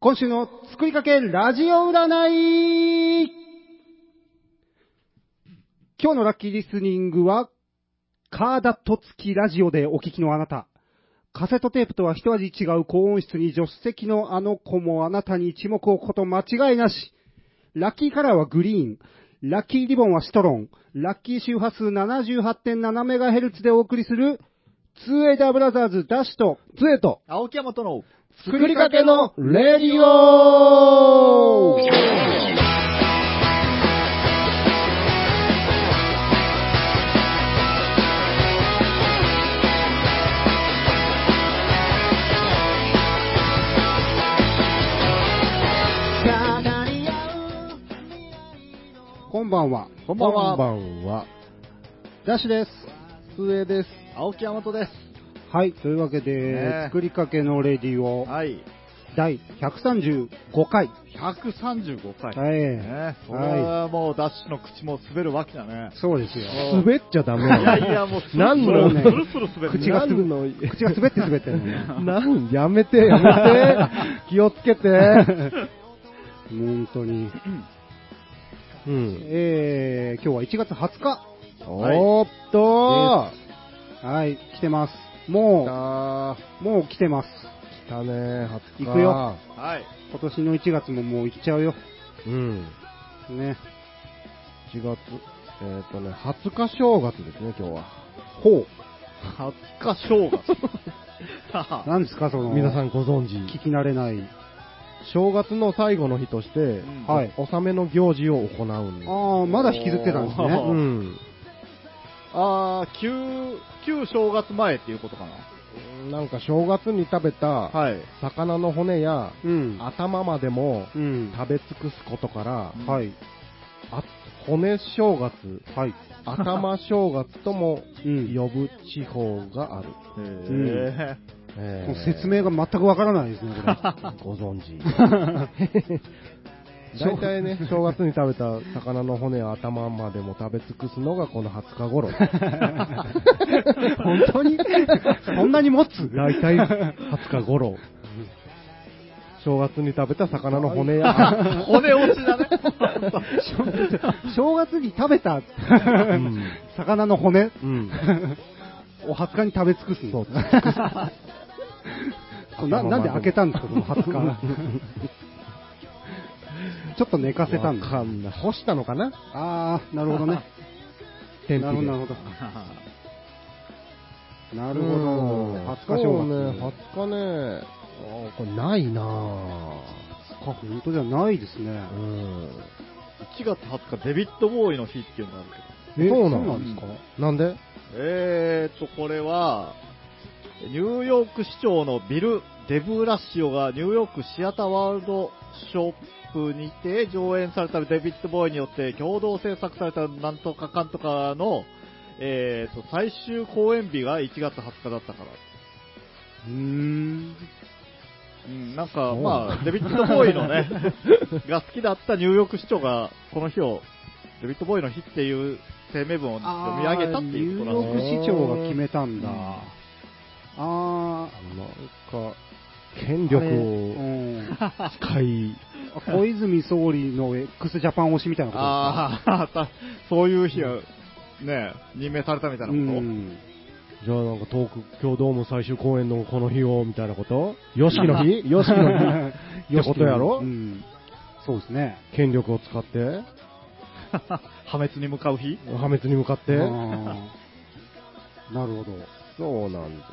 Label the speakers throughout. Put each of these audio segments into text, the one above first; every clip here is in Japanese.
Speaker 1: 今週の作りかけラジオ占い今日のラッキーリスニングは、カーダット付きラジオでお聞きのあなた。カセットテープとは一味違う高音質に助手席のあの子もあなたに一目置くこと間違いなし。ラッキーカラーはグリーン。ラッキーリボンはシトロン。ラッキー周波数 78.7MHz でお送りする、ツーエイダーブラザーズダッシュと、ツエと、
Speaker 2: 青木山との
Speaker 1: 作りかけのレディオこんばんは。
Speaker 2: こんばんは
Speaker 3: こんばんは。
Speaker 1: ダッシュです。
Speaker 3: 上です。
Speaker 2: 青木山とで
Speaker 1: はい、というわけで、
Speaker 2: ねえ
Speaker 1: 作りかけのレディオ
Speaker 2: す。はい。
Speaker 1: 第135回。
Speaker 2: 135回。
Speaker 1: はい
Speaker 2: ねそれはもうダッシュの口も滑るわけだね。
Speaker 1: そうですよ。
Speaker 3: 滑っちゃダメ
Speaker 2: いやいや、もうスルスル、
Speaker 3: 何の
Speaker 2: スルスル滑る。
Speaker 1: 口が
Speaker 3: 何の
Speaker 1: 口が滑って滑ってるのね。
Speaker 3: なん、やめて、やめて。気をつけて。
Speaker 1: 本当に。
Speaker 3: うん。
Speaker 1: えー、今日は1月20日。
Speaker 3: おーっと
Speaker 1: はい、来てます。
Speaker 3: 来
Speaker 1: も
Speaker 3: た
Speaker 1: う、もう来てます。
Speaker 3: 来たね、初日。
Speaker 1: 行くよ。
Speaker 2: はい。
Speaker 1: 今年の1月ももう行っちゃうよ。
Speaker 3: うん。
Speaker 1: ね。
Speaker 3: 1月、えーっとね、20日正月ですね、今日は。
Speaker 1: ほ
Speaker 2: 20日 正月。
Speaker 1: う。何ですか、その、
Speaker 3: 皆さんご存知、
Speaker 1: 聞き慣れない。
Speaker 3: 正月の最後の日として、
Speaker 2: ん
Speaker 1: はい。
Speaker 3: 納めの行事を行うんです。
Speaker 1: ああ、まだ引きずってたんです
Speaker 2: おー
Speaker 1: ね。
Speaker 3: うん。
Speaker 2: あー、旧、旧正月前っていうことか
Speaker 3: なんか正月に食べた
Speaker 2: な。、はい。
Speaker 3: 魚の骨や、
Speaker 1: うん。
Speaker 3: 頭までも
Speaker 1: うん。
Speaker 3: 食べ尽くすことから、
Speaker 2: うん
Speaker 1: はい。
Speaker 3: あ骨正月、
Speaker 1: はい。
Speaker 3: 頭正月とも
Speaker 1: うん。
Speaker 3: 呼ぶ地方がある。
Speaker 2: へ
Speaker 3: え
Speaker 1: もう
Speaker 3: ー
Speaker 1: 説明が全くわからないですね、こ れ。
Speaker 3: ご存知。大体ね、正月に食べた魚の骨や頭までも食べ尽くすのがこの20日頃。
Speaker 1: 本当にそんなに持つ
Speaker 3: 大体20日頃。正月に食べた魚の骨や、
Speaker 2: ー骨落ちだ ね。
Speaker 1: 正月に食べた、
Speaker 3: ん
Speaker 1: 魚の骨
Speaker 3: うん、
Speaker 1: を20日に食べ尽くす の
Speaker 3: そう
Speaker 1: そうななんで開けたんですか、その20日。 ちょっと寝かせたん
Speaker 3: わ
Speaker 1: だ。
Speaker 3: かんない。干したのかな
Speaker 1: あー、なるほどね。
Speaker 3: 天
Speaker 1: なるほ
Speaker 3: 日
Speaker 1: ど、
Speaker 3: で
Speaker 1: なるほど。な
Speaker 3: な
Speaker 1: るほど。20日
Speaker 3: そう
Speaker 1: 正
Speaker 3: ね、
Speaker 1: 月。
Speaker 3: 20日ね、あーこれないな
Speaker 1: か本当じゃないですね
Speaker 3: ぁ。うん。
Speaker 2: 1月20日、デビッド・ボーイの日っていうのがあるけど。
Speaker 3: えそうなの
Speaker 1: なんですか
Speaker 3: なんで
Speaker 2: えーっと、これは、ニューヨーク市長のビル・デブラシオがニューヨークシアターワールドショップにて上演されたデビッド・ボーイによって共同制作されたなんとかかんとかの、えーっと、最終公演日が1月20日だったから。
Speaker 1: うーん。
Speaker 2: うん、なんか、まあ、デビッド・ボーイのね、が好きだったニューヨーク市長が、この日を、デビッド・ボーイの日っていう声明文を読み上げたっていうことなん
Speaker 1: ニ
Speaker 2: で
Speaker 1: ューヨーク市
Speaker 2: す
Speaker 1: 長が決めたんだ。
Speaker 2: うん
Speaker 1: あ
Speaker 3: なんか、権
Speaker 1: ー、
Speaker 3: 力
Speaker 1: あれう
Speaker 3: を
Speaker 1: ん
Speaker 3: 使い、
Speaker 1: 小泉総理の X ジャパン推しみたいなことですか
Speaker 2: ああ、 そういう日が、ね、任命されたみたいな
Speaker 1: う
Speaker 2: こと、
Speaker 1: ん、
Speaker 3: じゃあなんか東京ドーム最終公演のこの日を、みたいなことよしきの日よしきの日 ってことやろ
Speaker 1: うん、そうですね。
Speaker 3: 権力を使って、
Speaker 2: 破滅に向かう日
Speaker 3: 破滅に向かっ
Speaker 1: あ
Speaker 3: て。
Speaker 1: ーなるほど。
Speaker 3: そうなんだよ。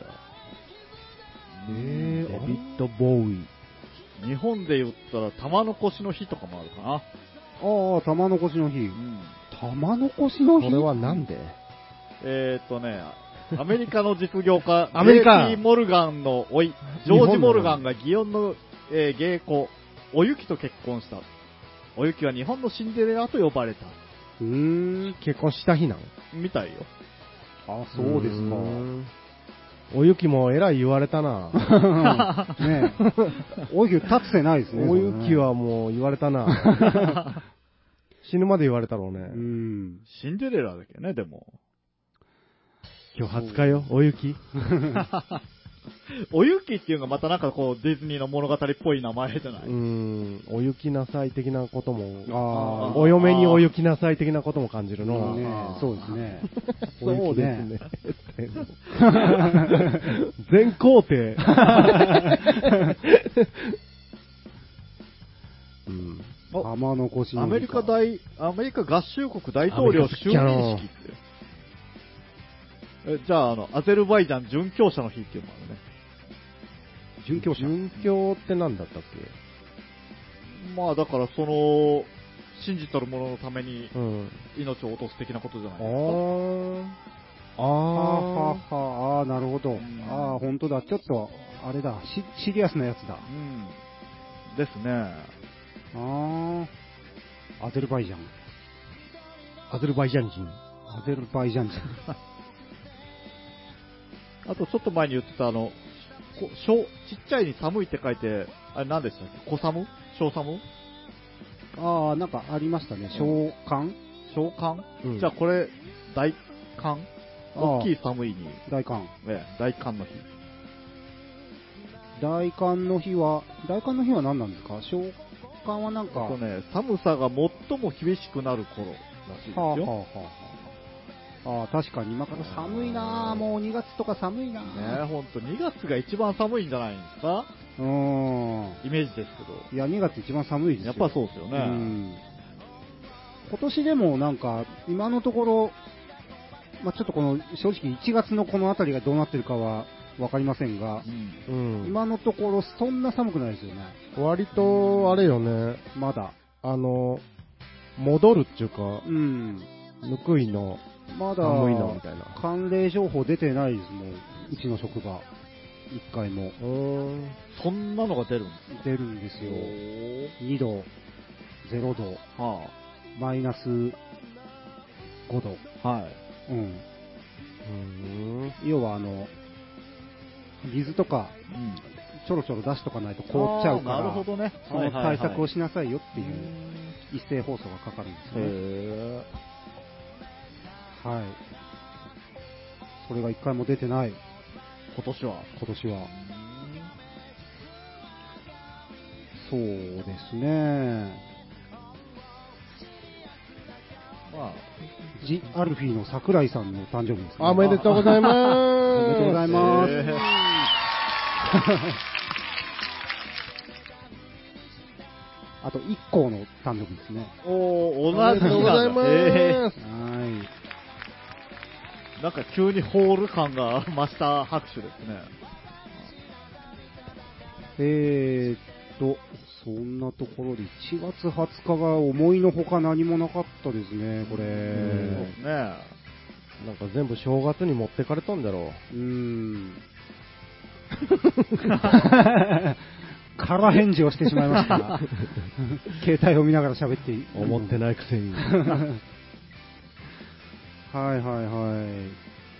Speaker 1: え
Speaker 3: デ
Speaker 1: ー
Speaker 3: ビッド・ボーイ。
Speaker 2: 日本で言ったら玉の腰の日とかもあるかな。
Speaker 1: ああ、玉の腰の日
Speaker 2: う。ん、
Speaker 1: 玉の腰の
Speaker 3: こ
Speaker 1: 日
Speaker 3: れはなんで、
Speaker 2: えーっ、とね、アメリカの実業家
Speaker 3: アメリカ
Speaker 2: JP モルガンのおい、ジョージ・モルガンが祇園の、えー芸妓、おゆきと結婚した。おゆきは日本のシンデレラと呼ばれた。
Speaker 1: うーん。
Speaker 3: 結婚した日なの
Speaker 2: みたいよ。
Speaker 1: あそうです
Speaker 3: ー
Speaker 1: か。
Speaker 3: んおゆきもえらい言われたな。
Speaker 1: ねえ。おゆき立つてないですね。
Speaker 3: おゆきは
Speaker 1: そ
Speaker 3: もう言われたな。 死ぬまで言われたろうね
Speaker 1: れね。。うん。
Speaker 2: シンデレラだけどね、でも。
Speaker 3: 今日20日よ、おゆき。
Speaker 2: おゆきっていうのがまたなんかこう、ディズニーの物語っぽい名前じゃないう
Speaker 3: ーん、お行きなさい的なことも、
Speaker 1: あ
Speaker 2: ー
Speaker 3: お嫁にお行きなさい的なことも感じる
Speaker 1: あ、
Speaker 3: の。
Speaker 1: ね、そうですね。お
Speaker 3: そう
Speaker 1: 雪
Speaker 3: ですね。。全工程。 うん
Speaker 2: お
Speaker 1: 天の腰の
Speaker 2: アメリカ大、アメリカ合衆国大統領就任式って。えじゃあ、あの、アゼルバイジャン殉教者の日っていうのもあるね。
Speaker 1: 殉教者。
Speaker 3: 殉教って何だったっ
Speaker 2: まあだからその、信じとる者のために
Speaker 3: けうん。
Speaker 2: 命を落とす的なことじゃない
Speaker 3: あ
Speaker 2: ですか。
Speaker 3: ー。
Speaker 1: あー
Speaker 3: あ
Speaker 1: は
Speaker 3: ー。
Speaker 1: ーはーあー、なるほど。
Speaker 2: ん
Speaker 1: ああ、本当だ。ちょっと、あれだ。シシリアスなやつだ。
Speaker 2: うん。ですね。
Speaker 1: ああ、アゼルバイジャン。
Speaker 3: アゼルバイジャン人。
Speaker 1: アゼルバイジャン人。
Speaker 2: あとちょっと前に言ってたあの、こ小ちっちゃいに寒いって書いて、あれ何でしたっけ小寒小寒
Speaker 1: ああ、なんかありましたね。召喚
Speaker 2: 小寒、
Speaker 3: うん
Speaker 2: じゃあこれ、大寒
Speaker 1: あー
Speaker 2: 大きい寒いに、
Speaker 1: 大寒。
Speaker 2: ね、大寒の日。
Speaker 1: 大寒の日は、大寒の日は何なんですか召喚はなんか、
Speaker 2: えっとね、寒さが最も厳しくなる頃らしいです
Speaker 1: はあはあ
Speaker 2: よ。
Speaker 1: はあはあ。ああ、確かに今から寒いなあもう2月とか寒いな
Speaker 2: ねえ、ほんと、2月が一番寒いんじゃないんですか
Speaker 1: うーん。
Speaker 2: イメージですけ
Speaker 1: いや、2月一番寒いです
Speaker 2: ど。や
Speaker 1: よ。
Speaker 2: っぱそうですよ
Speaker 1: う
Speaker 2: ね。
Speaker 1: ん。今年でもなんか、今のところ、まあ、ちょっとこの、正直1月のこの辺りがどうなってるかは分かりませんが
Speaker 2: う、ん
Speaker 3: うん。
Speaker 1: 今のところそんな寒くないですよね。
Speaker 3: 割と、あれよね、
Speaker 1: まだ。
Speaker 3: あの、戻るっていうか、
Speaker 1: うん。
Speaker 3: 報いの
Speaker 1: まだ、
Speaker 3: 寒いのみたいな。
Speaker 1: 寒冷情報出てないですもん。うちの職場。一回も。
Speaker 3: うーん。
Speaker 2: そんなのが出るん
Speaker 1: 出るんですよ。
Speaker 2: で
Speaker 1: 2度、0度、
Speaker 2: すよ。は
Speaker 1: マイナス5度。
Speaker 2: あ、はい。
Speaker 1: うん。
Speaker 3: うん。
Speaker 1: 要はあの、水とか
Speaker 2: うん。
Speaker 1: ちょろちょろ出しとかないと凍っちゃうか
Speaker 2: あーなる
Speaker 1: ら
Speaker 2: ほ、どね。
Speaker 1: その対策をしなさいよって
Speaker 2: て
Speaker 1: いう一斉放送がかかるんですよね。
Speaker 2: へ
Speaker 1: はい。それが一回も出てない、
Speaker 2: ー今年は。
Speaker 1: 今年は。そうですね。
Speaker 2: まあ、
Speaker 1: ジ・アルフィーの桜井さんの誕生日ですね。
Speaker 3: おめでとうございます。
Speaker 1: おめでとうございます。
Speaker 2: へー
Speaker 1: あと、一行の誕生日ですね。
Speaker 2: お
Speaker 3: おめでとうございます。
Speaker 1: は
Speaker 2: なんか急にホール感が増した拍手ですね。
Speaker 1: い。えーっと、そんなところで、1月20日が思いのほか何もなかったですね、これ。
Speaker 2: そう
Speaker 3: ん
Speaker 2: ですね。
Speaker 3: なんか全部正月に持ってかれたんだろ。
Speaker 1: うーん。 空返事をしてしまいま した。携帯を見ながら喋っていいう
Speaker 3: 思ってないくせ に。
Speaker 1: はいはいはい。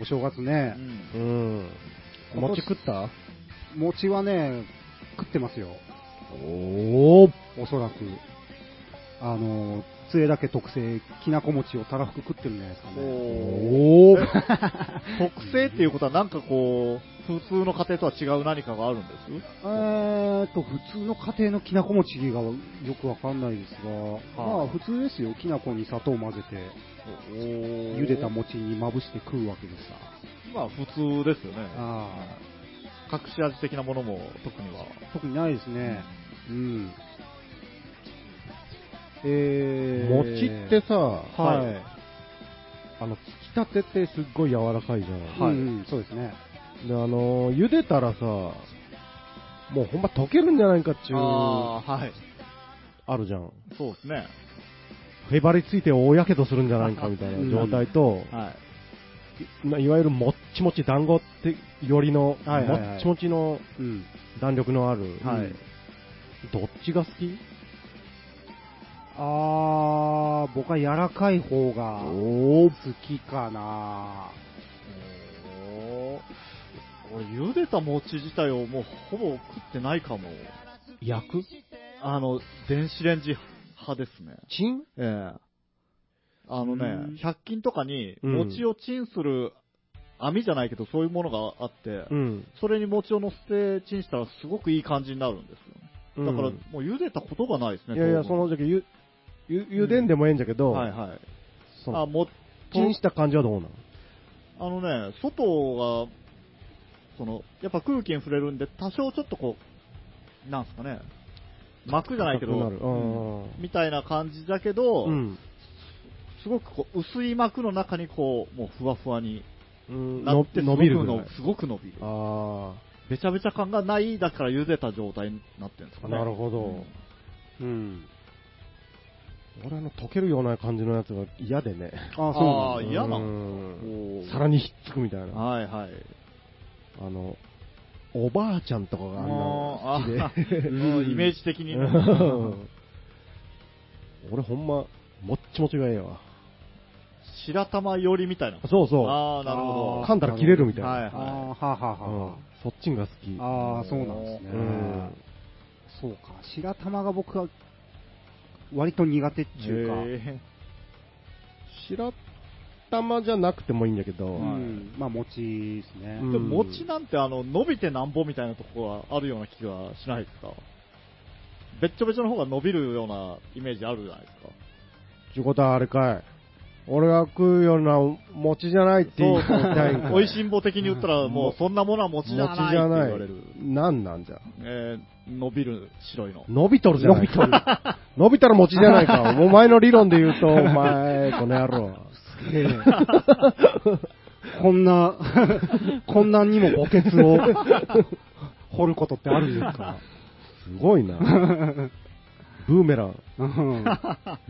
Speaker 1: お正月ね
Speaker 2: う、ん
Speaker 3: うん。
Speaker 1: 今年
Speaker 3: 餅食った
Speaker 1: 餅はね、食ってますよ。
Speaker 3: おお。
Speaker 1: おそらく。あの、杖だけ特製、きなこ餅をたらふく食ってるんじゃないですかね。
Speaker 2: おー特性っていうことはなんかこう、普通の家庭とは違う何かがあるんです
Speaker 1: えーっと、普通の家庭のきなこ餅がよくわかんないですが、まあ普通ですよ。きなこに砂糖を混ぜて、茹
Speaker 2: 茹
Speaker 1: でた餅にまぶして食うわけですさ。
Speaker 2: まあ普通ですよね。
Speaker 1: あ
Speaker 2: 隠し味的なものも特には。
Speaker 1: あ、特にないですね。うん。えー、
Speaker 3: 餅ってさ、
Speaker 1: はい。
Speaker 2: はい
Speaker 3: あの、つきたてってすっごい柔らかいじゃん。
Speaker 1: はい、うんうんそうですね。
Speaker 3: で、あのー、茹でたらさ、もうほんま溶けるんじゃないかっちゅう、あ
Speaker 2: ああ、はい。
Speaker 3: るじゃん。
Speaker 2: そうですね。
Speaker 3: へばりついて大やけどするんじゃないかみたいな状態と、
Speaker 2: はい。
Speaker 3: いいわゆるもっちもち団子ってよりの、
Speaker 1: はいはいはい
Speaker 3: もっちもちの
Speaker 1: うん。
Speaker 3: 弾力のある、
Speaker 2: はい
Speaker 3: うんどっちが好き
Speaker 1: あー、僕は柔らかい方が好
Speaker 3: お
Speaker 1: きかな
Speaker 2: おー俺、茹でた餅自体をもうほぼ食ってないかも。
Speaker 3: 焼く
Speaker 2: あの、電子レンジ派ですね。
Speaker 3: チン
Speaker 2: ええあの
Speaker 1: うん
Speaker 2: ね、100均とかに
Speaker 3: うん
Speaker 2: 餅をチンする網じゃないけど、そういうものがあって、
Speaker 3: うん。
Speaker 2: それに餅を乗せてチンしたらすごくいい感じになるんですよ。だから、
Speaker 3: うん
Speaker 2: もう茹でたことがないですね。
Speaker 3: いやいや、
Speaker 2: 豆
Speaker 3: そ
Speaker 2: 腐
Speaker 3: の時ゆ、ゆ、ゆでんでもええんじゃけど、
Speaker 2: はいはい。
Speaker 3: そ
Speaker 2: あ、
Speaker 3: の、
Speaker 2: も、
Speaker 3: チンした感じはどうなの
Speaker 2: あのね、外が、その、やっぱ空気に触れるんで、多少ちょっとこう、なんすかね、膜じゃないけど、
Speaker 3: 硬くなるうん
Speaker 2: うんみたいな感じだけど、
Speaker 3: うん
Speaker 2: すごくこう薄い膜の中にこう、もうふわふわに
Speaker 3: うん。
Speaker 2: な
Speaker 3: の
Speaker 2: って、
Speaker 3: 伸びる
Speaker 2: すご
Speaker 3: ぐ
Speaker 2: く
Speaker 3: ら
Speaker 2: の
Speaker 3: い。
Speaker 2: すごく伸びる。
Speaker 3: あ
Speaker 2: べちゃべちゃ感がない、だから茹でた状態になってるんですか
Speaker 3: あ、
Speaker 2: ね。
Speaker 3: なるほど。
Speaker 1: う
Speaker 2: うん
Speaker 1: ん。
Speaker 3: 俺あの溶けるような感じのやつが嫌でね。
Speaker 1: ああ、そう
Speaker 2: あ
Speaker 1: なんだ
Speaker 2: 嫌なの
Speaker 3: うん
Speaker 2: おー
Speaker 3: さらにひっつくみたいな。
Speaker 2: はいはい。
Speaker 3: あの、おばあちゃんとかがあんなの好き で。
Speaker 2: もうイメージ的にね。
Speaker 3: うん 俺ほんま、もっちもちがええわ。
Speaker 2: 白玉寄りみたいな。
Speaker 3: そうそう。
Speaker 2: ああ、なるほ
Speaker 3: 噛んだら切れるみた
Speaker 2: ど。
Speaker 3: いな。
Speaker 2: はい
Speaker 1: ああ、
Speaker 2: は
Speaker 1: はあはあ
Speaker 3: うん
Speaker 1: は
Speaker 3: そっちが好き。
Speaker 1: あ。ああ、そうなんですね。
Speaker 3: うん
Speaker 1: そうか、白玉が僕は割と苦手っ
Speaker 2: い。
Speaker 1: ちゅうか、
Speaker 2: へ
Speaker 3: 白玉じゃなくてもいいんだけど、
Speaker 1: う
Speaker 2: はい
Speaker 1: ん、まあ餅ですね。
Speaker 3: うん
Speaker 2: ーでも餅なんてあの伸びてなんぼみたいなとこがあるような気がしないですかべっちょべちょの方が伸びるようなイメージあるじゃないですか。
Speaker 3: ちゅうことはあれかい。俺が食うような餅じゃないって言いたい んかい。
Speaker 2: 美味しんぼ的に言ったらもうそんなものは餅じゃないって言われる。
Speaker 3: なんなんじゃ。
Speaker 2: えー伸びる白いの。
Speaker 3: 伸びとるじゃ ないか。伸びとる。伸びたら餅じゃな いか。お前の理論で言うと、お前、この野郎。
Speaker 1: え えこんな、こんなんにも墓穴を掘ることってあるんですか、
Speaker 3: すご いな。ブーメラン。
Speaker 1: うん、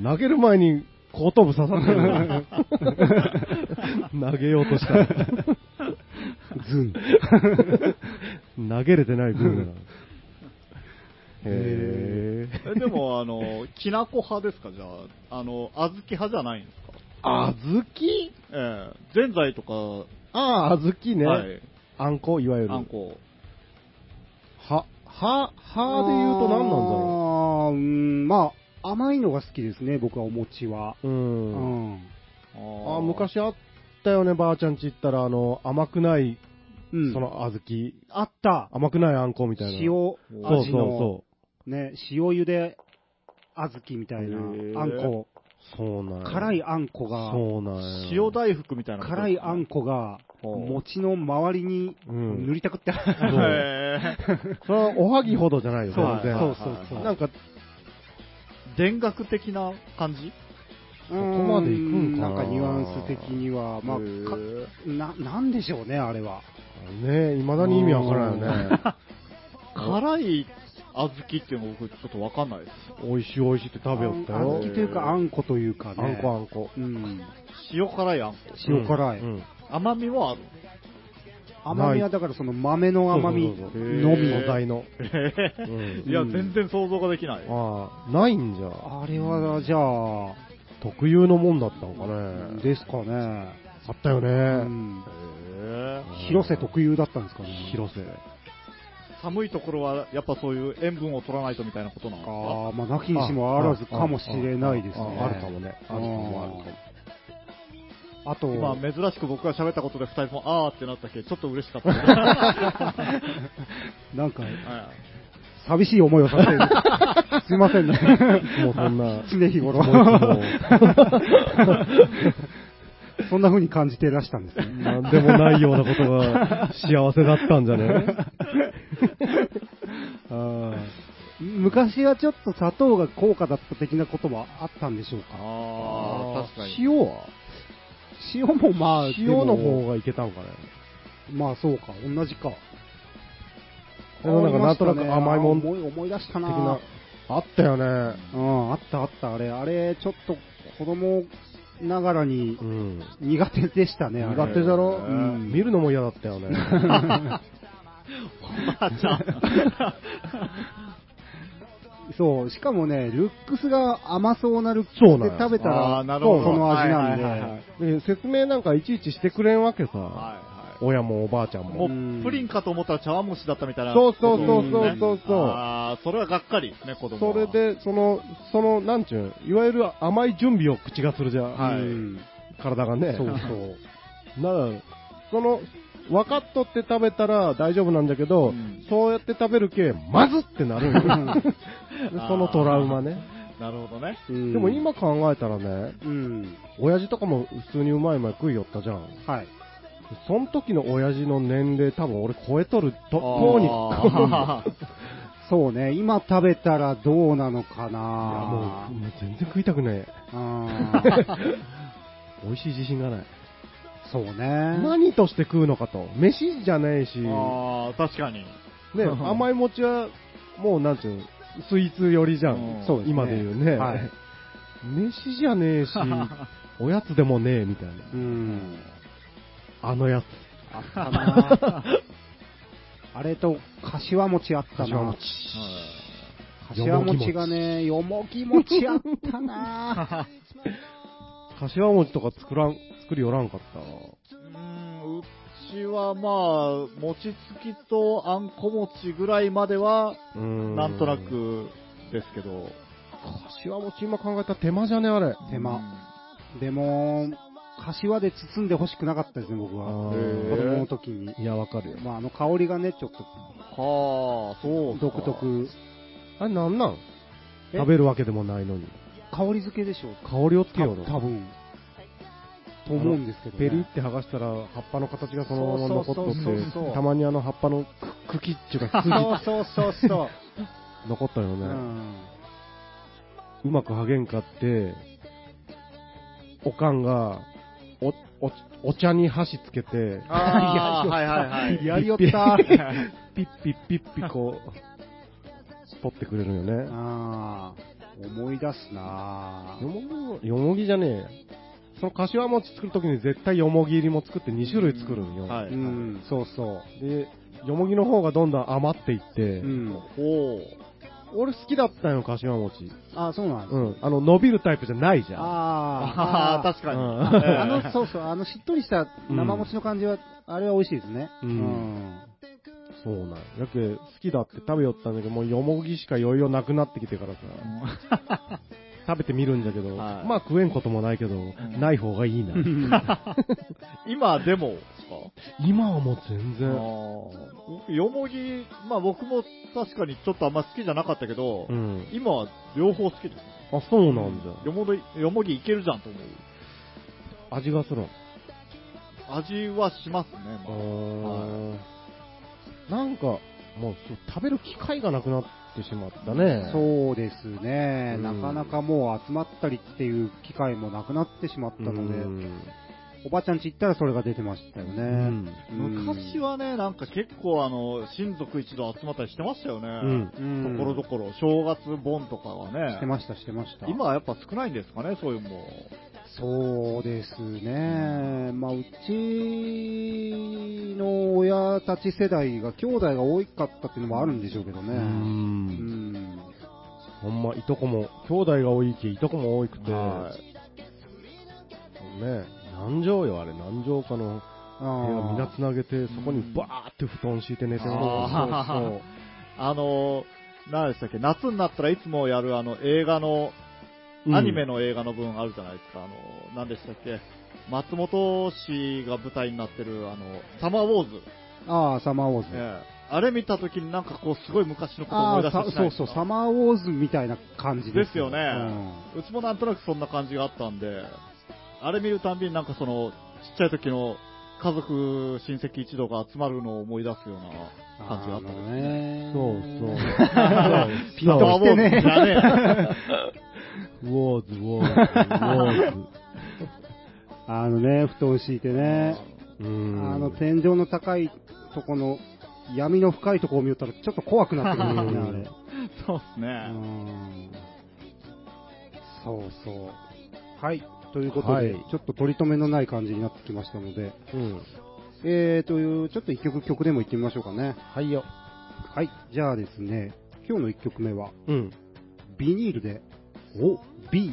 Speaker 3: 投げる前に後頭部刺さって る。投げようとした。
Speaker 1: ズン。
Speaker 3: 投げれてないブーメラン。へえ。
Speaker 2: えでも、あの、きなこ派ですか、じゃあ、あの、小豆派じゃないんですか。
Speaker 3: あずき
Speaker 2: ええぜんざいとか、
Speaker 3: ああ、あずきね。
Speaker 2: はい、
Speaker 3: あんこ、いわゆる。
Speaker 2: あんこ。
Speaker 3: は、は、はで言うと何なんだ
Speaker 1: あ
Speaker 3: ろ
Speaker 1: ーうん、まあ、甘いのが好きですね、僕はお餅は。
Speaker 3: う。う。
Speaker 1: うんん。
Speaker 2: あ
Speaker 3: あ
Speaker 2: ー
Speaker 3: ー昔あったよね、ばあちゃんち行ったら、あの、甘くない、
Speaker 1: うん、
Speaker 3: その小豆、
Speaker 1: あった、
Speaker 3: 甘くないあんこみたいな。
Speaker 1: 塩味の
Speaker 3: そうそうそ
Speaker 1: ね、塩ゆで小豆みたいな
Speaker 2: へー
Speaker 1: あんこ、
Speaker 3: う。そうなんや
Speaker 1: 辛いあんこが、
Speaker 3: そうなんや
Speaker 2: 塩大福みたいなこと。
Speaker 1: 辛いあんこが、餅の周りに
Speaker 3: うん
Speaker 1: 塗りたく って、
Speaker 2: へえ
Speaker 3: それはおはぎほどじゃないよ、
Speaker 1: そう
Speaker 3: 全然。
Speaker 1: そうそうそう
Speaker 3: なんか、
Speaker 2: 田楽的な感じ
Speaker 1: そ
Speaker 3: こまでいくんかな
Speaker 1: なんかニュアンス的には、まあ
Speaker 2: へ、ー
Speaker 1: かな、なんでしょうね、あれは。
Speaker 3: ねいまだに意味わからんよね。
Speaker 2: 辛い小豆っていうの僕ちょっとわかんないです。
Speaker 3: 美味しい美味しいって食べよった
Speaker 1: あん小
Speaker 3: よ
Speaker 1: 豆。というか、あんこというかね。
Speaker 3: あんこあんこ。
Speaker 1: うん。
Speaker 2: 塩辛いあんこ。
Speaker 1: 塩辛い。
Speaker 3: うんうん
Speaker 2: 甘みもある。
Speaker 1: 甘みはだからその豆の甘み
Speaker 3: そうそうそう
Speaker 2: へー
Speaker 1: の
Speaker 3: の
Speaker 1: み
Speaker 3: み。素材の。う
Speaker 2: い
Speaker 3: ん
Speaker 2: や、
Speaker 1: うん
Speaker 2: 全然想像ができない。
Speaker 3: ああ、ないんじゃ。
Speaker 1: あれは、じゃ
Speaker 3: 特有のもんだったのか
Speaker 1: あ、
Speaker 3: ね。
Speaker 1: ですかね。
Speaker 3: あったよね。
Speaker 1: うん
Speaker 2: へえ
Speaker 1: 広瀬特有だったんですかね。
Speaker 3: 広瀬。
Speaker 2: 寒いところはやっぱそういう塩分を取らないとみたいなことなのか
Speaker 1: ああ、まあ、なきにしもあらずかもしれないですね。
Speaker 3: ああるかもね。あるかも、あるかも。
Speaker 1: あと、
Speaker 2: 今珍しく僕が喋ったことで2人ともあーってなったけどちょっと嬉しかったはい
Speaker 1: なんか、寂しい思いをさせてる。 すいませんね。
Speaker 3: もうそん な
Speaker 1: 常日頃
Speaker 3: もういつも。
Speaker 1: そんな風に感じていらしたんですね。
Speaker 3: なんでもないようなこと が幸せだったんじゃね
Speaker 1: あー昔はちょっと砂糖が高価だった的なこともあったんでしょうか。
Speaker 2: あー確かに
Speaker 3: 塩は
Speaker 1: 塩も まあ、
Speaker 3: 塩の
Speaker 1: でも
Speaker 3: 方がいけたんかね。
Speaker 1: まあそうか、同じか。
Speaker 3: でもなんか
Speaker 1: ありましたね
Speaker 3: なんとなく甘いもん
Speaker 1: あー思い思い出した
Speaker 3: 的
Speaker 1: な
Speaker 3: な。あったよね。
Speaker 1: うん、あったあった、あれ。あれ、ちょっと子供ながらに
Speaker 3: うん。
Speaker 1: 苦手でしたね、あれ
Speaker 3: 苦手だろ、
Speaker 1: うん
Speaker 3: 見るのも嫌だったよね。
Speaker 2: おば あちゃん
Speaker 1: そう、しかもね、ルックスが甘そうなルックスで
Speaker 3: そうなんや
Speaker 1: 食べた
Speaker 2: あ
Speaker 1: ら、そ
Speaker 2: ーな
Speaker 1: う
Speaker 2: るほど
Speaker 1: その味なんで。
Speaker 2: はいはいはい
Speaker 3: で説明なんかいちいちしてくれんわけさ。
Speaker 2: はい
Speaker 3: 親もおばあちゃん
Speaker 2: はいも
Speaker 3: も。
Speaker 1: うん
Speaker 2: うプリンかと思ったら茶碗蒸しだったみたいな
Speaker 3: そうそう
Speaker 1: そうそう
Speaker 2: ことですね
Speaker 3: そうそう
Speaker 2: ああそれはがっかりですね子供
Speaker 3: そ
Speaker 2: は
Speaker 3: れで、その、その、なんちゅうん、いわゆる甘い準備を口がするじゃん。
Speaker 2: はい
Speaker 1: うん
Speaker 3: 体がね。
Speaker 1: そうそう。
Speaker 3: なら、その、分かっとって食べたら大丈夫なんだけど、
Speaker 2: うん
Speaker 3: そうやって食べるけ、まずってなるんよで そのトラウマね。
Speaker 2: なるほどね。
Speaker 1: うん
Speaker 3: でも、今考えたらね、
Speaker 1: うん。
Speaker 3: 親父とかも普通にうまいうまい食いよったじゃん。
Speaker 1: はい。
Speaker 3: その時の親父の年齢多分俺超えとると、とうに。
Speaker 2: あー
Speaker 1: そうね、今食べたらどうなのか
Speaker 3: いやも
Speaker 1: な
Speaker 3: う、もう全然食いたくねえ。
Speaker 1: あ ー
Speaker 3: 美味しい自信がない。
Speaker 1: そうね。
Speaker 3: 何として食うのかと。飯じゃねえし、ね、
Speaker 2: あー、確かに。
Speaker 3: 甘い餅は、もうなんていうの、スイーツ寄りじゃ
Speaker 2: うん
Speaker 3: ん。
Speaker 1: そうですね
Speaker 3: 今で言うね。
Speaker 1: はい
Speaker 3: 飯じゃねえし、おやつでもねえみたいな。
Speaker 1: うん。
Speaker 3: あのやつ。
Speaker 1: あったなあれと、柏餅あった
Speaker 3: 柏
Speaker 1: な
Speaker 3: 餅。
Speaker 1: 柏餅がね、よもぎ餅あった な
Speaker 3: 柏餅とか作らん、作りよらんかったな。
Speaker 2: うんうちはまあ、餅つきとあんこ餅ぐらいまでは、
Speaker 3: うーん
Speaker 2: なんとな。くですけど。
Speaker 3: 柏餅今考えたら手間じゃねあれ。
Speaker 1: 手間。でも、柏で包んで欲しくなかったですね、僕
Speaker 3: あ
Speaker 1: は。
Speaker 3: ー
Speaker 1: 子供の時に。
Speaker 3: いや、わかるよ。
Speaker 1: まあ、あの香りがね、ちょっ
Speaker 2: はあ、そ
Speaker 1: と
Speaker 2: うか
Speaker 1: 独。特。
Speaker 3: あれなんなん
Speaker 1: え
Speaker 3: 食べるわけでもないのに。
Speaker 1: 香り付けでしょう
Speaker 3: 香りをつけよう
Speaker 1: た多
Speaker 3: の。
Speaker 1: 分。と思うんですけど、ね。
Speaker 3: ペリって剥がしたら葉っぱの形がそのまま残っとっ
Speaker 1: そうそうそうそう
Speaker 3: て、たまにあの葉っぱのく茎っちゅうか筋
Speaker 1: そうそうそうそう。
Speaker 3: 残ったよ
Speaker 1: う
Speaker 3: ね。
Speaker 1: ん。
Speaker 3: うまく剥げんかって、おかんが、お、お、お茶に箸つけて、
Speaker 2: ああ、はいはいはい。
Speaker 1: やりよった。
Speaker 3: ピッピッピッピこう、取ってくれるよね。
Speaker 1: ああ、思い出すな
Speaker 3: よもぎ、よもぎじゃねえ。その柏餅作るときに絶対よもぎ入りも作って2種類作るんよ。
Speaker 2: はい。
Speaker 1: うん、そうそ
Speaker 3: で、よもぎの方がどんどん余っていって、
Speaker 1: う。うん。
Speaker 2: おお。
Speaker 3: 俺好きだったよ、柏餅。
Speaker 1: ああ、そうなんだ
Speaker 3: うん。あの、伸びるタイプじゃないじゃん。
Speaker 1: あ
Speaker 2: ああ、
Speaker 1: ー
Speaker 2: 確かに。
Speaker 3: うん
Speaker 1: あー
Speaker 2: あ
Speaker 1: あの、そうそう、あの、しっとりした生餅の感じは、あれは美味しいですね。
Speaker 3: うん
Speaker 1: ん。
Speaker 3: そうなんや。だけど好きだって食べよったんだけど、もうよもぎしか余裕なくなってきてからさ、食べてみるんだけど、
Speaker 2: はい
Speaker 3: まあ食えんこともないけど、
Speaker 2: ん
Speaker 3: ない方がいいな。
Speaker 2: 今でもですか
Speaker 3: 今はもう全
Speaker 2: あ
Speaker 3: 然。
Speaker 2: ーよもぎ、まあ僕も確かにちょっとあんま好きじゃなかったけど、
Speaker 3: うん。
Speaker 2: 今は両方好きです。
Speaker 3: あ、そうなんじ
Speaker 2: よもぎ、よもぎいけるじゃんと思う。
Speaker 3: ゃ。味がするん。
Speaker 2: 味はしますね、
Speaker 3: うー
Speaker 2: ま
Speaker 3: んなんか、もうそう食べる機会がなくなってしまったね。
Speaker 1: そうですね、
Speaker 3: うん
Speaker 1: なかなかもう集まったりっていう機会もなくなってしまった
Speaker 3: な
Speaker 1: の
Speaker 3: の
Speaker 1: で、
Speaker 3: で、
Speaker 1: おばちゃんち行ったらそれが出てましたよね。
Speaker 3: うん
Speaker 2: あ。昔
Speaker 1: は、
Speaker 2: はね、なんか結構あの、親族一同集まったりしてましたよ
Speaker 3: う
Speaker 2: ね
Speaker 3: ん。
Speaker 1: うん
Speaker 2: ところどころ、正月盆とかは
Speaker 1: して
Speaker 2: ね。
Speaker 1: ました、してました。
Speaker 2: 今はやっぱ少ないんですかね、そういうのも。
Speaker 1: そうですね、まあ、うちの親たち世代が、兄弟が多かったっていうのもあるんでしょうけど
Speaker 3: う。
Speaker 1: ね、うんん、
Speaker 3: ほんま、いとこも、兄弟が多いき、いとこも多くて、
Speaker 2: はい
Speaker 3: ね、南城よ、あれ、南城下の部屋みんな
Speaker 1: あ
Speaker 3: つなげて、そこにバーって布団敷いて寝てる
Speaker 2: あー
Speaker 3: そうそう
Speaker 2: あの、何でしたっけ、夏になったらいつもやるあの映画の、
Speaker 3: うん
Speaker 2: アニメの映画の分あるじゃないですか、あの、何でしたっけ、松本氏が舞台になってるあの、サマーウォーズ。
Speaker 1: ーあー、サマーウォーズ、
Speaker 2: ええあれ見たときになんかこうすごい昔のことを
Speaker 1: あ
Speaker 2: 思い
Speaker 1: あ
Speaker 2: 出した
Speaker 1: さ
Speaker 2: りしな
Speaker 1: そ
Speaker 2: いうです
Speaker 1: そ
Speaker 2: か
Speaker 1: う、サマーウォーズみたいな感じ
Speaker 2: ですよねうちもなんとなくそんな感じがあったんで、あれ見るたんびになんかその、ちっちゃい時の家族、親戚一同が集まるのを思い出すような感じがあ
Speaker 1: あ
Speaker 2: った
Speaker 1: の
Speaker 2: んですね。
Speaker 1: ね、
Speaker 3: そうそう。
Speaker 1: ピンとしてね
Speaker 2: サマーウォーズじゃね
Speaker 3: ウォーズ、ウォーズ、ウォーズ。
Speaker 1: あのね、布団敷いて ね、
Speaker 3: うん。
Speaker 1: あの天井の高いとこの闇の深いとこを見よったら、ちょっと怖くなってくるんですね、 あれ。
Speaker 2: え そうっす
Speaker 1: うー
Speaker 2: ね。
Speaker 1: んそうそう。はい。ということで、
Speaker 3: はい
Speaker 1: ちょっと取り留めのない感じになってきましたので、
Speaker 3: うん。
Speaker 1: えーという、ちょっと一曲曲でも行ってみましょうかね。
Speaker 3: はいよ。
Speaker 1: はい。じゃあですね、今日の一曲目は、
Speaker 3: うん。
Speaker 1: ビニールで、お、B。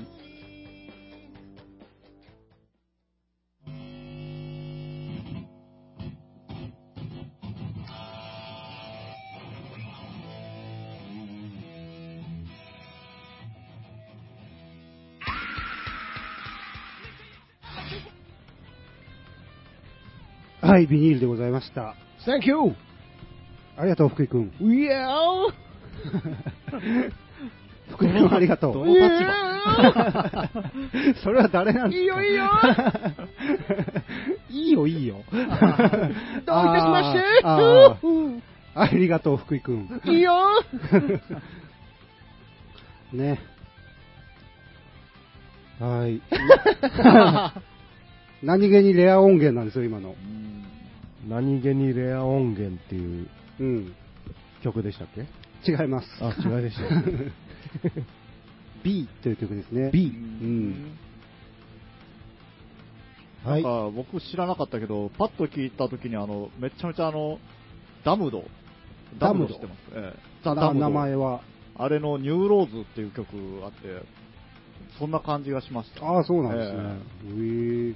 Speaker 1: はい、ビニールでございました。
Speaker 3: Thank you!
Speaker 1: ありがとう、福井くん。
Speaker 3: We are!
Speaker 1: 福井くん、ありがと
Speaker 2: ど
Speaker 1: う
Speaker 2: の。立場
Speaker 1: それは誰なんですか
Speaker 3: いいよいいよ
Speaker 1: いいよいいよどういたし
Speaker 3: どういたしまして
Speaker 1: あー
Speaker 3: うん
Speaker 1: ありがとう福井くん
Speaker 3: いいよ
Speaker 1: ねはい何気にレア音源なんですよ今の
Speaker 3: 何気にレア音源っていう
Speaker 1: うん
Speaker 3: 曲でしたっけ
Speaker 1: 違います
Speaker 3: あ、違いでしたっけ。
Speaker 1: B という曲ですね
Speaker 3: B
Speaker 1: う
Speaker 2: う
Speaker 1: ん
Speaker 2: ん
Speaker 3: はい。
Speaker 2: なんか僕知らなかったけど、パッと聞いたときにあの、めちゃめちゃあの、ダムド。ダムド知ってます。ええザ・ダ
Speaker 1: な
Speaker 2: ムド。
Speaker 1: 名前は
Speaker 2: あれのニューローズっていう曲あって、そんな感じがしました。
Speaker 1: ああそうなんですね
Speaker 2: え